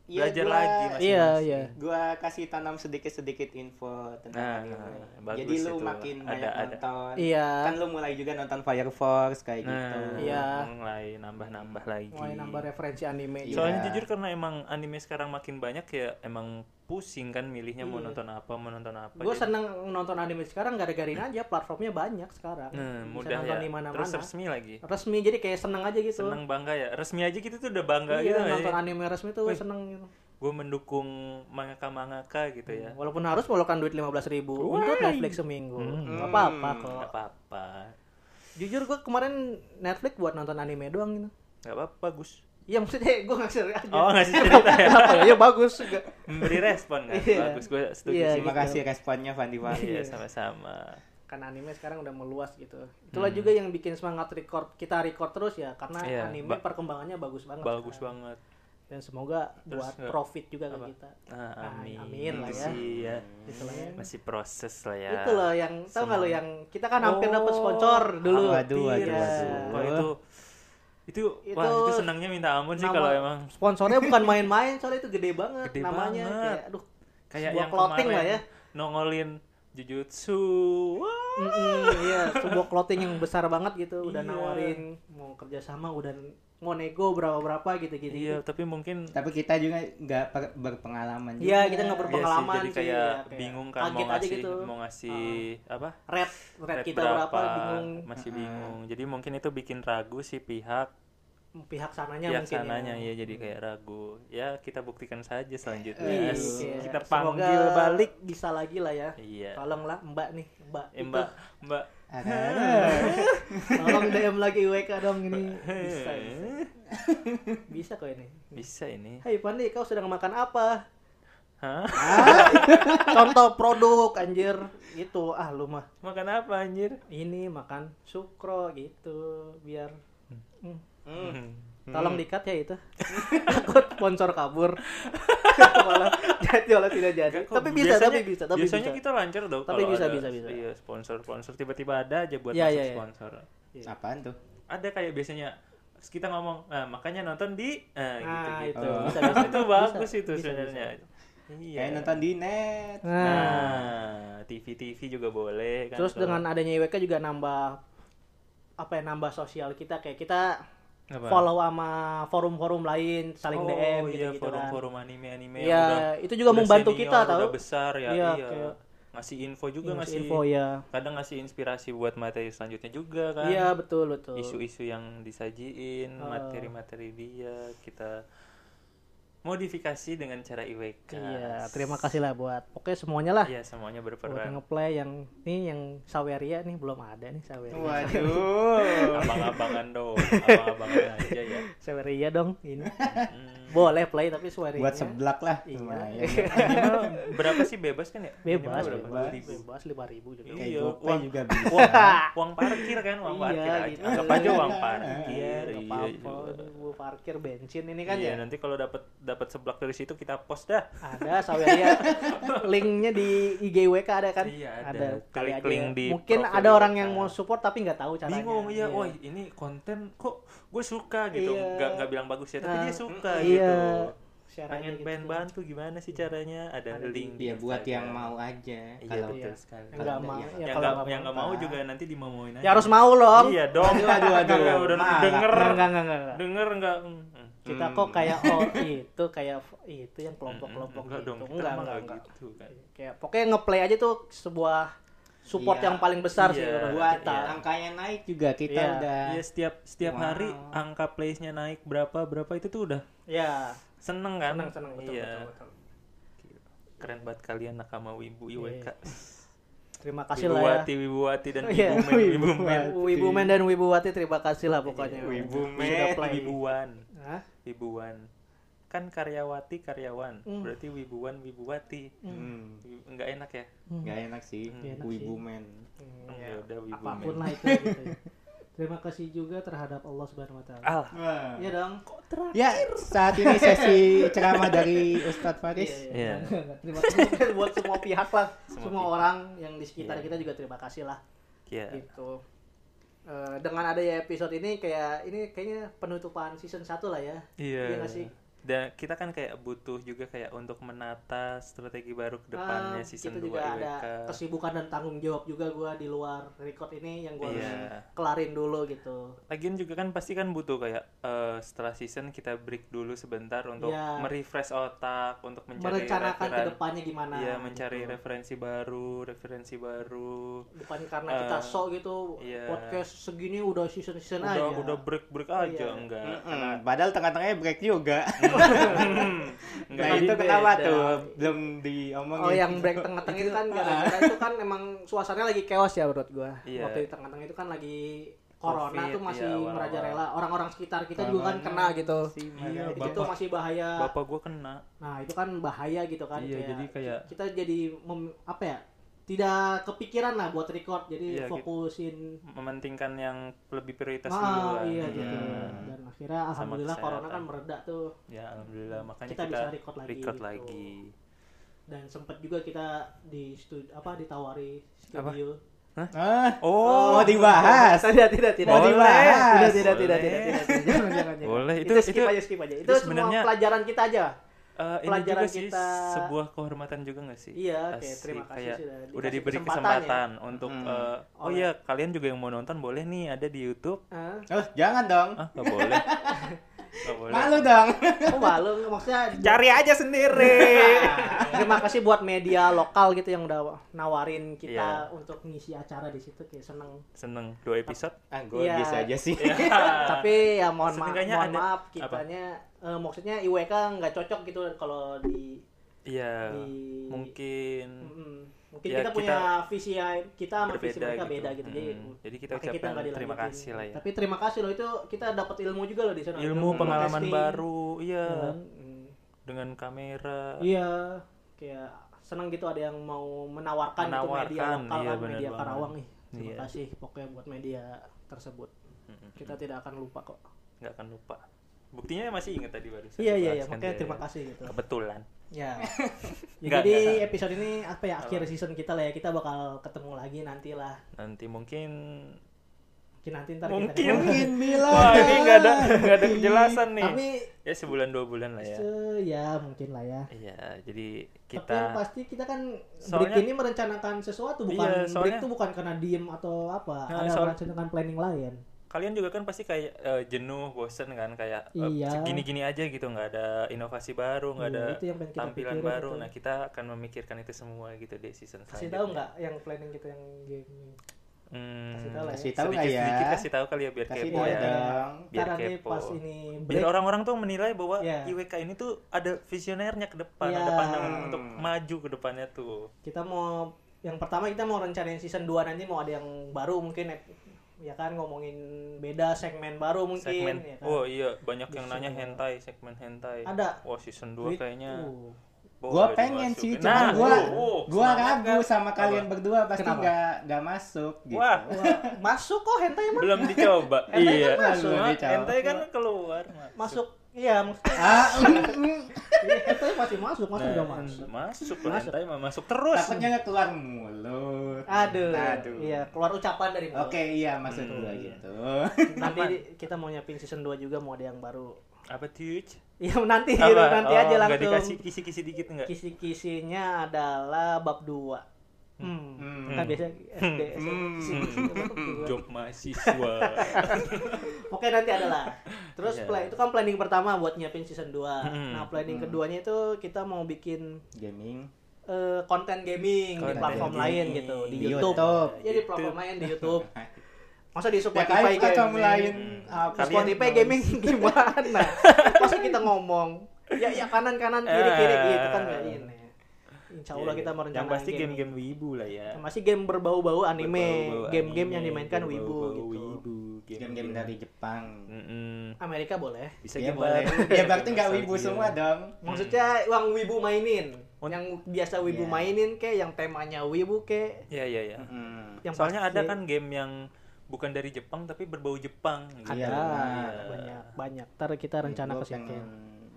Speaker 3: Iya,
Speaker 1: belajar
Speaker 3: gua-
Speaker 1: lagi masing-masing.
Speaker 2: iya iya
Speaker 3: gua kasih tanam sedikit-sedikit info
Speaker 1: Nah,
Speaker 3: tentang anime.
Speaker 1: bagus
Speaker 3: Jadi lu
Speaker 1: itu.
Speaker 3: makin
Speaker 1: Ada-
Speaker 3: banyak
Speaker 1: ada.
Speaker 3: nonton.
Speaker 2: iya
Speaker 3: Kan lu mulai juga nonton Fire Force kayak
Speaker 1: Nah,
Speaker 3: gitu.
Speaker 2: Iya.
Speaker 1: mulai nambah-nambah lagi.
Speaker 2: mulai nambah ya. referensi anime
Speaker 3: Iya.
Speaker 1: Soalnya jujur karena emang anime sekarang makin banyak ya emang pusing kan milihnya mau
Speaker 2: Iya.
Speaker 1: nonton apa, mau nonton apa.
Speaker 2: gue
Speaker 1: Jadi-
Speaker 2: seneng nonton anime sekarang gara-garain aja platformnya banyak sekarang
Speaker 1: Nah,
Speaker 2: Bisa
Speaker 1: mudah
Speaker 2: nonton
Speaker 1: ya.
Speaker 2: di mana-mana Iya.
Speaker 1: Terus resmi lagi.
Speaker 2: resmi jadi kayak seneng aja gitu
Speaker 1: Seneng bangga ya. Resmi aja kita tuh udah bangga
Speaker 2: iya,
Speaker 1: gitu
Speaker 2: nonton
Speaker 1: nonton
Speaker 2: anime resmi tuh
Speaker 1: Wih.
Speaker 2: seneng gitu
Speaker 1: Gue mendukung mangaka-mangaka gitu ya.
Speaker 2: Walaupun harus meluangkan duit 15.000 ribu
Speaker 1: Wah.
Speaker 2: untuk Netflix seminggu,
Speaker 1: Hmm.
Speaker 2: nggak apa-apa kok.
Speaker 1: Gak apa-apa.
Speaker 2: Jujur gue kemarin Netflix buat nonton anime doang gitu.
Speaker 1: Gak apa-apa, Gus.
Speaker 2: Iya maksudnya gue ngasih aja.
Speaker 1: Oh, ngasih cerita ya.
Speaker 2: Kenapa ya? Ya bagus. juga.
Speaker 1: Memberi respon kan.
Speaker 2: Iya.
Speaker 1: Bagus, gue setuju
Speaker 2: Iya,
Speaker 1: sih.
Speaker 3: Terima
Speaker 2: gitu.
Speaker 3: kasih responnya Fandi Fandi.
Speaker 1: Iya, sama-sama.
Speaker 2: Karena Kan anime sekarang udah meluas gitu. Itulah juga yang bikin semangat record kita record terus ya karena
Speaker 1: Hmm. Iya,
Speaker 2: anime
Speaker 1: ba-
Speaker 2: perkembangannya bagus banget.
Speaker 1: Bagus
Speaker 2: sekarang.
Speaker 1: banget.
Speaker 2: Dan semoga
Speaker 1: Terus
Speaker 2: buat
Speaker 1: nggak-
Speaker 2: profit juga ke
Speaker 1: apa?
Speaker 2: kita.
Speaker 1: Nah,
Speaker 2: Ah,
Speaker 1: amin.
Speaker 2: amin lah
Speaker 1: Itu
Speaker 2: ya.
Speaker 1: sih ya.
Speaker 2: Gitu lah ya.
Speaker 1: Masih proses lah ya.
Speaker 2: Itu loh yang tau nggak lo yang kita kan hampir
Speaker 1: Oh,
Speaker 2: dapat sponsor dulu.
Speaker 3: hampir. Waduh, waduh,
Speaker 2: Iya.
Speaker 3: waduh.
Speaker 1: Wah, itu itu
Speaker 2: Itu-
Speaker 1: wah itu senangnya minta ampun sih
Speaker 2: Nama-
Speaker 1: kalau emang
Speaker 2: Sponsornya bukan main-main soalnya itu gede banget
Speaker 1: Gede
Speaker 2: namanya
Speaker 1: banget.
Speaker 2: kayak aduh
Speaker 1: kayak
Speaker 2: sebuah
Speaker 1: yang
Speaker 2: clothing
Speaker 1: kemarin
Speaker 2: lah ya.
Speaker 1: nongolin jujutsu. Wah.
Speaker 2: Mm-mm, iya, sebuah clothing yang besar banget gitu, udah
Speaker 1: Iya.
Speaker 2: nawarin mau kerjasama, udah mau nego berapa berapa gitu gitu.
Speaker 1: Iya, tapi mungkin
Speaker 3: Tapi kita juga nggak per- berpengalaman juga.
Speaker 2: Iya, kita nggak
Speaker 1: iya sih,
Speaker 2: berpengalaman
Speaker 1: jadi
Speaker 2: sih,
Speaker 1: kayak
Speaker 2: ya, kayak
Speaker 1: bingung kan mau
Speaker 2: kaget aja
Speaker 1: ngasih
Speaker 2: gitu.
Speaker 1: mau ngasih apa?
Speaker 2: Red, red,
Speaker 1: rate
Speaker 2: kita berapa, bingung Ah.
Speaker 1: Masih
Speaker 3: Mm-mm.
Speaker 1: bingung. Jadi mungkin itu bikin ragu si pihak
Speaker 2: pihak sananya
Speaker 1: pihak
Speaker 2: mungkin.
Speaker 1: sananya
Speaker 2: ya.
Speaker 1: ya. jadi kayak ragu. Ya kita buktikan saja
Speaker 2: Iya,
Speaker 1: selanjutnya.
Speaker 3: Yes.
Speaker 2: iya.
Speaker 1: Kita
Speaker 2: Semoga
Speaker 1: panggil balik.
Speaker 2: bisa lagi lah ya.
Speaker 1: Iya.
Speaker 2: Tolonglah Mbak nih, Mbak.
Speaker 1: Eh, Mbak, Mbak.
Speaker 3: Ada.
Speaker 2: Itu, Tolong DM lagi WK dong ini. Bisa,
Speaker 1: Eh.
Speaker 2: bisa. Bisa kok ini.
Speaker 1: Bisa ini.
Speaker 2: Hai Pandi, kau sedang makan apa?
Speaker 1: Hah?
Speaker 2: Contoh produk anjir. Itu ah lu mah.
Speaker 1: Makan apa anjir?
Speaker 2: ini makan sukro gitu biar Hmm.
Speaker 3: Hmm.
Speaker 2: tolong dikat ya itu takut sponsor kabur malah jadi malah tidak jadi
Speaker 1: Enggak kok,
Speaker 2: tapi bisa
Speaker 1: biasanya-
Speaker 2: tapi bisa tapi
Speaker 1: biasanya
Speaker 2: bisa
Speaker 1: kita lancar dong
Speaker 2: Tapi
Speaker 1: kalau
Speaker 2: bisa,
Speaker 1: ada-
Speaker 2: bisa, bisa.
Speaker 1: iya sponsor sponsor tiba-tiba ada aja buat
Speaker 2: Iya,
Speaker 1: masuk
Speaker 2: iya, iya.
Speaker 1: sponsor
Speaker 3: Apaan tuh?
Speaker 1: ada kayak biasanya kita ngomong nah, makanya nonton di nah, gitu
Speaker 2: nah
Speaker 1: gitu
Speaker 2: itu
Speaker 3: Oh.
Speaker 2: bisa, bisa,
Speaker 1: itu
Speaker 2: bisa,
Speaker 1: bagus
Speaker 2: bisa,
Speaker 1: itu
Speaker 2: bisa,
Speaker 1: sebenarnya
Speaker 2: bisa.
Speaker 1: iya
Speaker 3: Kayak nonton di net.
Speaker 2: nah
Speaker 1: nah TV TV juga boleh kan
Speaker 2: terus
Speaker 1: kalau-
Speaker 2: dengan adanya IWK juga nambah apa ya nambah sosial kita kayak kita
Speaker 1: Apa?
Speaker 2: follow sama forum-forum lain
Speaker 1: oh,
Speaker 2: saling DM
Speaker 1: iya,
Speaker 2: gitu gitu
Speaker 1: forum
Speaker 2: kan
Speaker 1: forum anime anime
Speaker 2: Iya, itu juga membantu kita
Speaker 1: udah
Speaker 2: tahu
Speaker 1: besar ya
Speaker 2: Iya,
Speaker 1: iya,
Speaker 2: kayak-
Speaker 1: ngasih info juga
Speaker 2: Ngasih
Speaker 1: ngasih
Speaker 2: info ya
Speaker 1: kadang ngasih inspirasi buat materi selanjutnya juga kan
Speaker 2: iya betul betul
Speaker 1: isu-isu yang disajiin,
Speaker 2: Oh.
Speaker 1: materi-materi dia kita modifikasi dengan cara IWK.
Speaker 2: Iya, terima kasih lah buat pokoknya semuanya lah.
Speaker 1: Iya, semuanya
Speaker 2: buat yang
Speaker 1: berperan.
Speaker 2: ngeplay yang nih yang Saweria nih belum ada nih Saweria.
Speaker 3: Waduh.
Speaker 1: Abang-abangan dong, abang-abangan aja ya.
Speaker 2: Saweria dong ini.
Speaker 1: Hmm.
Speaker 2: Boleh play tapi Saweria.
Speaker 3: Buat seblak lah.
Speaker 2: Iya.
Speaker 3: Lumayan.
Speaker 1: Minimal berapa sih bebas kan ya?
Speaker 2: bebas,
Speaker 1: Minimal
Speaker 2: bebas,
Speaker 1: Beli-
Speaker 2: bebas lima ribu juga.
Speaker 1: Iya.
Speaker 3: Kayak GoPay
Speaker 1: Wah.
Speaker 3: juga bisa.
Speaker 1: Uang, uang parkir kan, uang
Speaker 2: Iya,
Speaker 1: parkir aja.
Speaker 2: gitu.
Speaker 1: Anggap aja uang parkir.
Speaker 2: Iya,
Speaker 1: iya
Speaker 2: nggak apa-apa.
Speaker 1: juga.
Speaker 2: Bu parkir bensin ini kan
Speaker 1: Iya,
Speaker 2: ya.
Speaker 1: nanti kalau dapat dapat seblak dari situ kita post dah.
Speaker 2: Ada Saweria. Linknya di IG WK ada kan?
Speaker 1: Iya, ada.
Speaker 2: Kali
Speaker 1: Klik
Speaker 2: aja
Speaker 1: link
Speaker 2: ya.
Speaker 1: di
Speaker 2: Mungkin
Speaker 1: profil
Speaker 2: ada orang
Speaker 1: WK.
Speaker 2: yang mau support tapi nggak tahu caranya.
Speaker 1: Bingung iya,
Speaker 2: Iya.
Speaker 1: wah ini konten kok gue suka gitu.
Speaker 2: Iya.
Speaker 1: Nggak nggak bilang bagus ya, tapi
Speaker 2: Nah,
Speaker 1: dia suka
Speaker 2: Iya.
Speaker 1: gitu.
Speaker 2: Share
Speaker 1: Pengen
Speaker 2: aja gitu.
Speaker 1: pengen bantu gimana sih caranya? Ada,
Speaker 2: Ada di-
Speaker 1: link
Speaker 3: Iya
Speaker 1: Instagram.
Speaker 3: buat yang mau aja.
Speaker 1: Iya,
Speaker 3: Kalau
Speaker 1: betul sekali.
Speaker 2: Yang nggak mau. ya
Speaker 3: Yang
Speaker 1: yang
Speaker 2: kalau
Speaker 1: nggak
Speaker 2: nggak
Speaker 1: yang nggak mau
Speaker 2: apa-apa.
Speaker 1: juga nanti dimauin aja.
Speaker 2: Ya harus mau loh.
Speaker 1: Iya Hmm. dong.
Speaker 3: Aduh, aduh, aduh.
Speaker 1: Nggak, udah
Speaker 3: Malah.
Speaker 1: denger.
Speaker 2: Enggak, enggak, enggak, enggak.
Speaker 1: Denger enggak?
Speaker 2: Kita
Speaker 3: Hmm.
Speaker 2: kok kayak oh itu kayak itu yang kelompok-kelompok
Speaker 1: enggak
Speaker 2: gitu.
Speaker 1: dong. Kita
Speaker 2: Enggak,
Speaker 1: mah Hmm,
Speaker 2: enggak,
Speaker 1: nggak
Speaker 2: enggak. Iya.
Speaker 1: gitu kan.
Speaker 2: Kayak pokoknya ngeplay aja tuh sebuah support
Speaker 3: Iya.
Speaker 2: yang paling besar sih
Speaker 1: Iya.
Speaker 2: menurut
Speaker 3: buat
Speaker 2: kita.
Speaker 3: angkanya naik juga kita
Speaker 2: Iya.
Speaker 3: udah.
Speaker 1: Iya setiap setiap
Speaker 3: Wow.
Speaker 1: hari angka plays-nya naik berapa berapa itu tuh udah
Speaker 2: Ya,
Speaker 1: seneng kan?
Speaker 2: senang senang betul,
Speaker 1: iya.
Speaker 2: betul, betul.
Speaker 1: Keren banget kalian nakama Wibu iya, IWK.
Speaker 2: Terima kasih Iya. lah ya.
Speaker 1: Wibuwati, Wibuwati dan
Speaker 2: Iya,
Speaker 1: Wibumen, Wibumen.
Speaker 2: Wibumen. Wibumen dan Wibuwati terima kasih lah pokoknya. Sudah
Speaker 3: Wibumen.
Speaker 2: play.
Speaker 1: Wibuwan,
Speaker 2: Hah?
Speaker 1: Wibuwan. Kan karyawati karyawan,
Speaker 2: Hmm.
Speaker 1: berarti Wibuwan Wibuwati.
Speaker 3: Hmm.
Speaker 1: Enggak enak ya?
Speaker 3: Gak enak sih.
Speaker 1: Nggak
Speaker 2: Hmm. enak
Speaker 3: Wibu
Speaker 2: sih.
Speaker 3: men.
Speaker 2: Hmm,
Speaker 1: Ya
Speaker 2: ya.
Speaker 1: udah Wibumen.
Speaker 4: apapun lah itu gitu ya. Terima kasih juga terhadap Allah Subhanahu wa taala.
Speaker 1: Alah.
Speaker 3: Wah.
Speaker 4: Iya dong. Kok terakhir?
Speaker 3: Ya, saat ini sesi ceramah dari Ustadz Faris.
Speaker 1: Iya.
Speaker 4: Terima kasih.
Speaker 2: buat semua pihak lah,
Speaker 1: Semua
Speaker 2: semua,
Speaker 1: pihak.
Speaker 2: orang yang di sekitar
Speaker 1: Iya.
Speaker 2: kita juga terima kasih lah
Speaker 1: Iya.
Speaker 2: gitu. Eh, dengan adanya episode ini kayak ini kayaknya penutupan season 1 lah ya. Iya
Speaker 1: Iya.
Speaker 2: nggak sih?
Speaker 1: Dan kita kan kayak butuh juga kayak untuk menata strategi baru ke depannya
Speaker 2: Ah,
Speaker 1: season
Speaker 2: kita
Speaker 1: 2
Speaker 2: juga ada
Speaker 1: IWK.
Speaker 2: kesibukan dan tanggung jawab juga gua di luar record ini yang gua harus
Speaker 1: Iya.
Speaker 2: kelarin dulu gitu.
Speaker 1: Lagian juga kan pasti kan butuh kayak eh, setelah season kita break dulu sebentar untuk
Speaker 2: Iya.
Speaker 1: merefresh otak, untuk mencari
Speaker 2: Merencanakan ke
Speaker 1: referen-
Speaker 2: depannya gimana?
Speaker 1: Iya, mencari
Speaker 2: gitu.
Speaker 1: referensi baru, referensi baru.
Speaker 2: bukan karena kita
Speaker 1: Eh,
Speaker 2: sok gitu
Speaker 1: iya.
Speaker 2: podcast segini udah season season
Speaker 1: Udah
Speaker 2: aja
Speaker 1: udah break break aja
Speaker 2: Iya.
Speaker 1: enggak.
Speaker 3: Mm-mm, Hmm, Padahal tengah-tengahnya break juga.
Speaker 1: Enggak
Speaker 3: Nah
Speaker 1: jadi
Speaker 3: itu kenapa
Speaker 2: beda.
Speaker 3: tuh belum diomongin?
Speaker 2: oh yang break tengah-tengah itu kan gara-gara itu kan emang suasananya lagi chaos ya menurut gua
Speaker 1: ah. Iya.
Speaker 2: waktu di tengah-tengah itu kan lagi corona
Speaker 1: Covid,
Speaker 2: tuh masih
Speaker 1: iya, awal-awal.
Speaker 2: merajalela orang-orang sekitar kita juga kan kena
Speaker 3: Corona.
Speaker 2: gitu
Speaker 1: sih,
Speaker 3: Iya,
Speaker 1: makanya.
Speaker 2: itu
Speaker 1: bapak
Speaker 2: masih bahaya
Speaker 1: bapak gua kena.
Speaker 2: nah itu kan bahaya gitu kan
Speaker 1: Iya, jadi kayak-
Speaker 2: kita jadi mem- apa ya tidak kepikiran lah buat record
Speaker 1: Iya,
Speaker 2: jadi
Speaker 1: gitu.
Speaker 2: fokusin
Speaker 1: mementingkan yang lebih prioritas
Speaker 2: Ah,
Speaker 1: dulu lah.
Speaker 2: iya
Speaker 1: Hmm.
Speaker 2: gitu dan akhirnya alhamdulillah corona
Speaker 1: kesehatan.
Speaker 2: kan mereda tuh
Speaker 1: Ya alhamdulillah makanya
Speaker 2: Kita
Speaker 1: kita,
Speaker 2: bisa record lagi gitu.
Speaker 1: lagi.
Speaker 2: dan sempat juga kita di studio apa ditawari
Speaker 1: Apa?
Speaker 2: studio
Speaker 3: Ah,
Speaker 1: Oh,
Speaker 3: mau dibahas.
Speaker 2: tidak tidak tidak
Speaker 1: Boleh.
Speaker 2: tidak tidak
Speaker 1: Boleh.
Speaker 2: tidak tidak tidak tidak jangan jangan jangan.
Speaker 1: Boleh, itu-
Speaker 2: itu, skip
Speaker 1: itu-
Speaker 2: aja skip aja itu,
Speaker 1: itu
Speaker 2: semua
Speaker 1: sebenarnya-
Speaker 2: pelajaran kita aja
Speaker 1: Eh, ini
Speaker 2: Pelajaran
Speaker 1: juga sih
Speaker 2: kita-
Speaker 1: sebuah kehormatan juga gak sih?
Speaker 2: iya oke
Speaker 1: Asik,
Speaker 2: terima kasih
Speaker 1: kayak
Speaker 2: sudah
Speaker 1: udah
Speaker 2: dikasih
Speaker 1: diberi
Speaker 2: kesempatan ya.
Speaker 1: kesempatan untuk
Speaker 3: Hmm.
Speaker 1: eh, oh
Speaker 2: Oleh-
Speaker 1: iya kalian juga yang mau nonton boleh nih ada di YouTube
Speaker 2: Hah?
Speaker 3: Oh, jangan dong.
Speaker 1: ah nggak boleh nggak boleh
Speaker 3: Malu dong.
Speaker 2: oh malu maksudnya
Speaker 1: cari aja sendiri
Speaker 2: terima kasih buat media lokal gitu yang udah nawarin
Speaker 1: Iya.
Speaker 2: kita untuk ngisi acara di situ kayak seneng
Speaker 1: seneng dua episode
Speaker 3: Ah, gue
Speaker 2: Iya.
Speaker 3: bisa aja sih.
Speaker 2: tapi ya mohon maaf
Speaker 1: Setidaknya
Speaker 2: mohon
Speaker 1: Gitu. ada-
Speaker 2: maaf
Speaker 1: apa?
Speaker 2: kitanya eh, maksudnya IWK nggak cocok gitu kalau di
Speaker 1: iya
Speaker 2: Di-
Speaker 1: mungkin
Speaker 2: Mm-mm. Mungkin
Speaker 1: Ya,
Speaker 2: kita
Speaker 1: kita
Speaker 2: punya visi ya- kita sama
Speaker 1: berbeda
Speaker 2: visi mereka
Speaker 1: gitu.
Speaker 2: beda gitu. Jadi,
Speaker 1: Mm. Jadi kita
Speaker 2: makanya
Speaker 1: ucapkan
Speaker 2: nggak
Speaker 1: terima
Speaker 2: dilanjutin.
Speaker 1: kasih lah ya.
Speaker 2: Tapi terima kasih loh itu kita dapat Iya. ilmu juga loh di sana.
Speaker 1: ilmu pengalaman
Speaker 2: podcasting.
Speaker 1: baru iya
Speaker 2: Iya. Mm.
Speaker 1: dengan kamera
Speaker 2: Iya, kayak senang gitu ada yang mau menawarkan, gitu media
Speaker 1: Menawarkan,
Speaker 2: lokal
Speaker 1: iya,
Speaker 2: kan,
Speaker 1: benar
Speaker 2: media
Speaker 1: banget.
Speaker 2: Karawang nih. Terima
Speaker 1: Iya.
Speaker 2: kasih pokoknya buat media tersebut.
Speaker 1: Mm-mm.
Speaker 2: Kita tidak akan lupa kok.
Speaker 1: nggak akan lupa buktinya masih ingat tadi baru
Speaker 2: Iya iya iya, makanya terima kasih gitu.
Speaker 1: kebetulan
Speaker 2: Ya. Ya,
Speaker 1: Nggak,
Speaker 2: jadi
Speaker 1: nggak.
Speaker 2: episode ini apa ya akhir season kita lah ya. Kita bakal ketemu lagi nantilah.
Speaker 1: nanti mungkin
Speaker 2: Mungkin nanti ntar kita
Speaker 1: mungkin
Speaker 2: ketemu.
Speaker 3: Bila.
Speaker 1: wah ini nggak ada nggak ada kejelasan nih
Speaker 2: Tapi
Speaker 1: ya sebulan dua bulan lah ya
Speaker 2: se- ya mungkin lah ya.
Speaker 1: iya jadi
Speaker 2: Tapi yang
Speaker 1: kita
Speaker 2: pasti kita kan break
Speaker 1: Soalnya-
Speaker 2: ini merencanakan sesuatu bukan
Speaker 1: Iya,
Speaker 2: break
Speaker 1: soalnya-
Speaker 2: itu bukan karena diem atau apa.
Speaker 1: Nah,
Speaker 2: Ada
Speaker 1: soal-
Speaker 2: merencanakan planning lain.
Speaker 1: kalian juga kan pasti kayak eh, jenuh bosen kan kayak eh,
Speaker 2: Iya.
Speaker 1: segini-gini aja gitu nggak ada inovasi baru nggak
Speaker 2: Iya,
Speaker 1: ada
Speaker 2: itu yang pengen kita
Speaker 1: tampilan
Speaker 2: pikirin,
Speaker 1: baru
Speaker 2: betul.
Speaker 1: nah kita akan memikirkan itu semua gitu di season
Speaker 2: Kasih
Speaker 1: selanjutnya
Speaker 2: tahu nggak yang planning kita yang game?
Speaker 1: Hmm,
Speaker 2: Kasih tahu lah ya.
Speaker 3: Kasih tahu nggak
Speaker 1: sedikit,
Speaker 3: ya?
Speaker 1: sedikit kasih tahu kali ya biar
Speaker 3: Kasih
Speaker 1: kepo
Speaker 3: tahu
Speaker 1: ya
Speaker 3: dong.
Speaker 1: biar
Speaker 2: Karena nih
Speaker 1: kepo
Speaker 2: pas ini break.
Speaker 1: biar orang-orang tuh menilai bahwa
Speaker 2: Iya.
Speaker 1: IWK ini tuh ada visionernya ke depan
Speaker 2: Iya.
Speaker 1: ada pandangan untuk maju ke depannya tuh
Speaker 2: kita mau yang pertama kita mau rencanain season 2 nanti mau ada yang baru mungkin ep- ya kan ngomongin beda segmen baru mungkin
Speaker 1: segmen
Speaker 2: ya kan?
Speaker 1: oh iya banyak yang
Speaker 2: Bisa.
Speaker 1: nanya hentai segmen hentai
Speaker 2: Ada.
Speaker 1: wah
Speaker 2: Uh.
Speaker 1: season 2
Speaker 2: Itu.
Speaker 1: kayaknya Oh,
Speaker 3: Gue pengen sih,
Speaker 1: cuma
Speaker 3: cuman gue
Speaker 1: oh,
Speaker 3: gue ragu sama kalian berdua pasti
Speaker 2: Kenapa?
Speaker 3: nggak nggak masuk gitu.
Speaker 1: Wah.
Speaker 2: Wah, masuk kok hentai emang
Speaker 1: belum dicoba
Speaker 2: Hentai kan
Speaker 1: iya Cuma
Speaker 2: masuk.
Speaker 3: Belum dicoba.
Speaker 1: hentai kan keluar masuk
Speaker 2: masuk iya maksudnya
Speaker 3: Ah, mm, mm.
Speaker 5: Hentai masih masuk, masuk udah masuk.
Speaker 1: Nah, hmm, masuk lah hentai mah masuk terus
Speaker 3: Takutnya nggak keluar mulut.
Speaker 2: Aduh.
Speaker 3: Aduh.
Speaker 2: Iya, keluar ucapan dari mulut.
Speaker 3: Oke, iya maksud gua gitu.
Speaker 2: Nanti kita mau nyiapin season 2 juga mau ada yang baru.
Speaker 1: apa tuh
Speaker 2: Ya nanti
Speaker 1: Apa?
Speaker 2: nanti
Speaker 1: Oh,
Speaker 2: aja
Speaker 1: nggak
Speaker 2: langsung.
Speaker 1: dikasih kisi-kisi dikit nggak
Speaker 2: Kisi-kisinya adalah bab 2. Hmm.
Speaker 3: Hmm.
Speaker 2: Kan biasa SD.
Speaker 3: Hmm.
Speaker 2: kisi-kisi bab dua.
Speaker 1: job mahasiswa
Speaker 2: Oke nanti adalah. Terus
Speaker 1: Iya.
Speaker 2: plan- itu kan planning pertama buat nyiapin season 2.
Speaker 1: Hmm.
Speaker 2: Nah, planning keduanya itu kita mau bikin
Speaker 3: Gaming.
Speaker 2: eh, konten gaming di
Speaker 1: Konten
Speaker 2: platform
Speaker 3: gaming.
Speaker 2: lain gitu, di
Speaker 3: Di
Speaker 2: YouTube.
Speaker 3: YouTube.
Speaker 2: Ya di platform lain di YouTube. Masa di
Speaker 3: Ya
Speaker 2: Spotify
Speaker 3: kalian kan
Speaker 2: gaming? Hmm.
Speaker 3: kamu lain apa?
Speaker 1: Ah, Kalian
Speaker 2: Spotify
Speaker 1: dong.
Speaker 2: gaming gimana? Masa kita ngomong ya ya kanan kanan kiri kiri
Speaker 1: Eh.
Speaker 2: gitu kan nggak ini. Insya Allah
Speaker 1: Iya,
Speaker 2: kita
Speaker 1: iya.
Speaker 2: merencanakan
Speaker 1: yang pasti game-game wibu lah ya
Speaker 2: Yang pasti game berbau-bau anime,
Speaker 1: Berbau-bau
Speaker 2: game-game yang
Speaker 1: anime,
Speaker 2: dimainkan wibu
Speaker 1: berbau-bau
Speaker 2: gitu.
Speaker 1: wibu
Speaker 3: Game-game dari Jepang.
Speaker 1: Mm-mm.
Speaker 2: Amerika boleh.
Speaker 1: bisa
Speaker 3: Ya
Speaker 1: game
Speaker 3: boleh.
Speaker 1: baru
Speaker 3: Ya berarti nggak
Speaker 1: Nostalgia.
Speaker 3: wibu semua dong.
Speaker 1: Hmm.
Speaker 2: Maksudnya uang wibu mainin,
Speaker 1: Wan-
Speaker 2: yang biasa wibu
Speaker 3: Iya.
Speaker 2: mainin ke, yang temanya wibu ke,
Speaker 1: ya ya ya
Speaker 3: Hmm.
Speaker 2: yang
Speaker 1: soalnya
Speaker 2: pasti
Speaker 1: ada kan game yang bukan dari Jepang tapi berbau Jepang gitu.
Speaker 2: ada
Speaker 3: Iya.
Speaker 2: banyak banyak. Ntar kita rencana
Speaker 3: Gua
Speaker 2: ke situ.
Speaker 3: pengen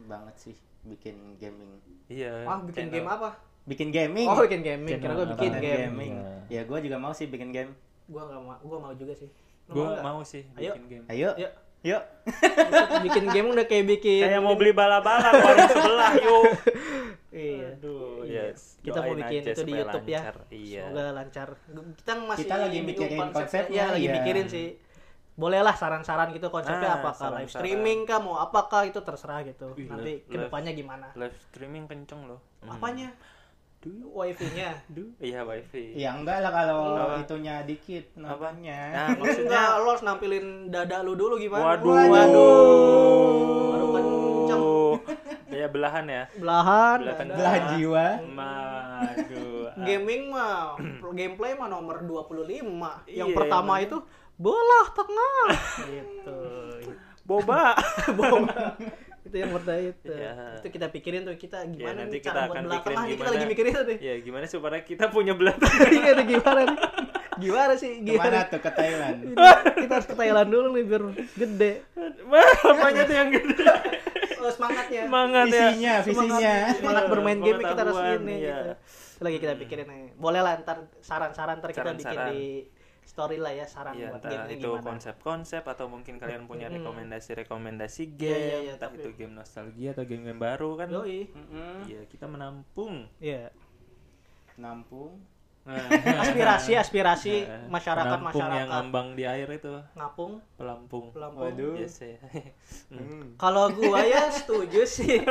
Speaker 3: banget sih bikin gaming.
Speaker 1: iya
Speaker 2: Wah Ah, bikin game apa?
Speaker 3: Bikin gaming.
Speaker 2: Oh bikin gaming. Kira gue
Speaker 1: apa?
Speaker 2: bikin
Speaker 3: Bikin
Speaker 2: game.
Speaker 3: gaming. Ya gua juga mau sih bikin game.
Speaker 2: Gue nggak mau, gue mau juga sih. Lu
Speaker 1: gue
Speaker 2: mau nggak?
Speaker 1: mau sih
Speaker 2: Ayo.
Speaker 1: bikin game
Speaker 3: Ayo. Iya.
Speaker 2: Yuk.
Speaker 3: Yuk.
Speaker 2: bikin game udah kayak bikin
Speaker 1: kayak mau beli bala-bala warung sebelah yuk
Speaker 2: iya
Speaker 1: aduh
Speaker 2: Iya.
Speaker 1: yes
Speaker 2: kita mau
Speaker 1: Doain
Speaker 2: bikin
Speaker 1: aja
Speaker 2: itu di
Speaker 1: supaya
Speaker 2: YouTube ya
Speaker 1: lancar. iya
Speaker 2: semoga lancar kita masih
Speaker 3: Kita lagi
Speaker 2: bingung
Speaker 3: mikirin konsepnya,
Speaker 2: ya lagi
Speaker 3: iya.
Speaker 2: mikirin sih bolehlah saran-saran gitu konsepnya
Speaker 1: Nah,
Speaker 2: apakah live
Speaker 1: saran-saran.
Speaker 2: streaming kah mau apakah itu terserah gitu
Speaker 1: Wih,
Speaker 2: nanti
Speaker 1: live-
Speaker 2: kedepannya gimana
Speaker 1: live streaming kenceng loh Hmm.
Speaker 2: apanya
Speaker 1: Duh.
Speaker 2: wifi-nya
Speaker 1: Duh, iya wifi.
Speaker 3: Ya enggak lah kalau
Speaker 1: Apa?
Speaker 3: itunya dikit namanya.
Speaker 1: Nah,
Speaker 2: maksudnya
Speaker 1: maksudnya
Speaker 2: lo harus nampilin dada lu dulu gimana
Speaker 1: waduh.
Speaker 2: Baru kenceng.
Speaker 1: Ya belahan ya.
Speaker 2: belahan
Speaker 1: Belahan.
Speaker 2: dada.
Speaker 3: Belah jiwa.
Speaker 1: Waduh.
Speaker 2: gaming mah gameplay mah nomor 25 yang
Speaker 1: Iya,
Speaker 2: pertama
Speaker 1: bener.
Speaker 2: itu bola tengah gitu
Speaker 1: Ah. Boba.
Speaker 2: Bom. itu yang pertama itu
Speaker 1: Iya.
Speaker 2: itu kita pikirin tuh kita
Speaker 1: ya,
Speaker 2: gimana
Speaker 1: nanti
Speaker 2: nih
Speaker 1: kita
Speaker 2: cara buat
Speaker 1: akan
Speaker 2: belah
Speaker 1: pikirin
Speaker 2: tengah nih, kita
Speaker 1: gimana.
Speaker 2: lagi mikirin tuh deh
Speaker 1: Ya, gimana supaya kita punya belah tengah.
Speaker 2: iya tuh gimana nih gimana sih gimana
Speaker 3: Kemana tuh ke Thailand?
Speaker 2: Ini kita harus ke Thailand dulu nih biar gede
Speaker 1: Wah, apanya tuh yang gede?
Speaker 2: Oh, semangatnya
Speaker 3: Iya.
Speaker 1: Semangat ya.
Speaker 3: Visinya, visinya.
Speaker 2: semangat bermain game kita harus
Speaker 1: Iya, Pengetahuan,
Speaker 2: ini
Speaker 1: iya.
Speaker 2: gitu. Itu lagi kita pikirin nih. Boleh lah ntar saran-saran ntar kita bikin
Speaker 1: Saran-saran.
Speaker 2: di story lah ya saran
Speaker 1: Iya,
Speaker 2: buat
Speaker 1: entah
Speaker 2: game
Speaker 1: itu konsep-konsep atau mungkin kalian punya
Speaker 2: Mm.
Speaker 1: rekomendasi-rekomendasi game,
Speaker 2: Iya, iya, iya,
Speaker 1: entah
Speaker 2: tapi- Oh,
Speaker 1: itu game nostalgia atau game-game baru kan.
Speaker 2: Yoi.
Speaker 3: Mm-mm.
Speaker 1: Iya, kita menampung.
Speaker 2: Iya.
Speaker 3: Nampung.
Speaker 1: Nah,
Speaker 2: Aspirasi aspirasi
Speaker 1: Nah,
Speaker 2: masyarakat
Speaker 1: penampung yang
Speaker 2: masyarakat.
Speaker 1: ngambang di air itu
Speaker 2: Ngapung,
Speaker 1: pelampung
Speaker 2: pelampung.
Speaker 3: Waduh.
Speaker 1: biasa ya.
Speaker 2: Kalau gua ya setuju sih.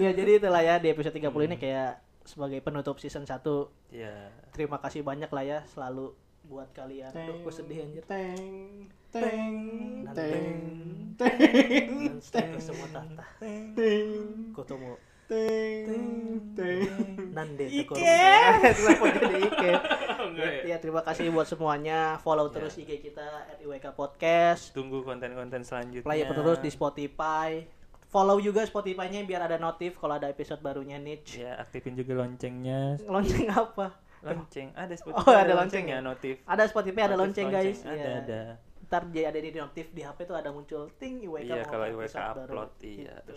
Speaker 2: ya jadi itulah ya di episode 30 ini kayak sebagai penutup season 1.
Speaker 1: ya
Speaker 2: Terima kasih banyak lah ya selalu buat kalian. Aduh, gua sedih anjir.
Speaker 3: Teng teng
Speaker 2: Dan
Speaker 3: teng teng
Speaker 2: Dan selalu semua tata.
Speaker 3: teng
Speaker 2: Kotomo.
Speaker 3: teng teng.
Speaker 2: Nande Ike. Kenapa ya. jadi Ike?
Speaker 1: Enggak ya.
Speaker 2: Ya terima kasih buat semuanya. Follow terus IG kita @iwk podcast.
Speaker 1: tunggu konten-konten selanjutnya
Speaker 2: Play ya, terus di Spotify. Follow juga Spotify-nya biar ada notif kalau ada episode barunya Niche.
Speaker 1: ya aktifin juga loncengnya
Speaker 2: Lonceng apa?
Speaker 1: lonceng ada Spotify
Speaker 2: Oh, ada lonceng
Speaker 1: ya notif
Speaker 2: Ada Spotify, ada
Speaker 1: Notif
Speaker 2: lonceng, guys.
Speaker 1: ada
Speaker 2: Ya.
Speaker 1: ada
Speaker 2: Ntar jadi ada di notif di HP tuh ada muncul ting IWK
Speaker 1: iya
Speaker 2: mau
Speaker 1: kalau IWK
Speaker 2: episode baru.
Speaker 1: upload iya
Speaker 2: Gitu.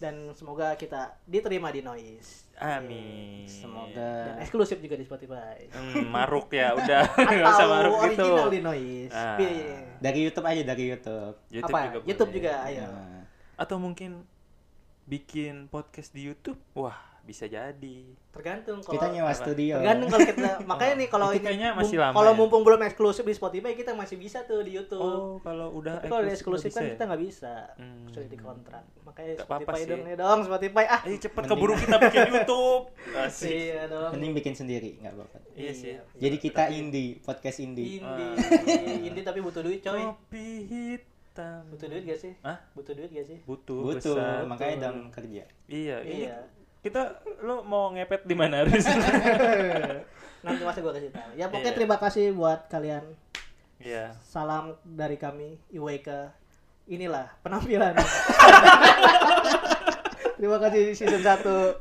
Speaker 2: Dan semoga kita diterima di Noise.
Speaker 1: amin
Speaker 2: Dan
Speaker 3: Semoga
Speaker 2: eksklusif juga di Spotify.
Speaker 1: Hmm, maruk ya udah nggak usah maruk
Speaker 2: Atau
Speaker 1: gitu
Speaker 2: original di Noise.
Speaker 1: Ah.
Speaker 2: Iya.
Speaker 3: dari YouTube aja dari YouTube.
Speaker 1: YouTube
Speaker 2: apa? ya?
Speaker 1: juga
Speaker 2: YouTube
Speaker 1: boleh.
Speaker 2: juga, ayo.
Speaker 3: Nah,
Speaker 1: atau mungkin bikin podcast di YouTube wah bisa jadi
Speaker 2: Tergantung kalau
Speaker 3: Kita nyewa
Speaker 1: apa?
Speaker 3: studio.
Speaker 2: tergantung kalau kita makanya nih kalau
Speaker 1: Itu
Speaker 2: ini
Speaker 1: kayaknya
Speaker 2: mum-
Speaker 1: masih lama
Speaker 2: kalau
Speaker 1: ya.
Speaker 2: mumpung belum eksklusif di Spotify kita masih bisa tuh di YouTube.
Speaker 1: oh kalau udah
Speaker 2: Tapi kalau udah
Speaker 1: eksklusif bisa
Speaker 2: eksklusif kan
Speaker 1: ya?
Speaker 2: kita nggak bisa,
Speaker 1: Hmm.
Speaker 2: sudah dikontrak. Makanya
Speaker 1: Nggak apa-apa
Speaker 2: Spotify
Speaker 1: sih. Iya
Speaker 2: dong, ya dong Spotify ah.
Speaker 1: Ayo Eh, cepet keburu kita bikin YouTube. Asik.
Speaker 2: Iya dong.
Speaker 3: Mending bikin sendiri nggak apa-apa.
Speaker 1: Iya sih.
Speaker 3: Jadi kita indie, podcast indie.
Speaker 2: Indie,
Speaker 1: Ah.
Speaker 2: indie tapi butuh duit coy.
Speaker 1: Kopi hitam.
Speaker 2: Butuh duit gak sih?
Speaker 1: Hah?
Speaker 2: Butuh duit gak sih?
Speaker 1: Butuh. besar.
Speaker 3: Butuh, makanya dong kerja.
Speaker 1: Iya. Ini
Speaker 2: Iya.
Speaker 1: kita lo mau ngepet di mana Riz?
Speaker 2: Nanti masa gua kasih tahu. Ya
Speaker 1: Iya.
Speaker 2: pokoknya terima kasih buat kalian.
Speaker 1: Iya.
Speaker 2: Salam dari kami IWK. Inilah penampilan. terima kasih season 1.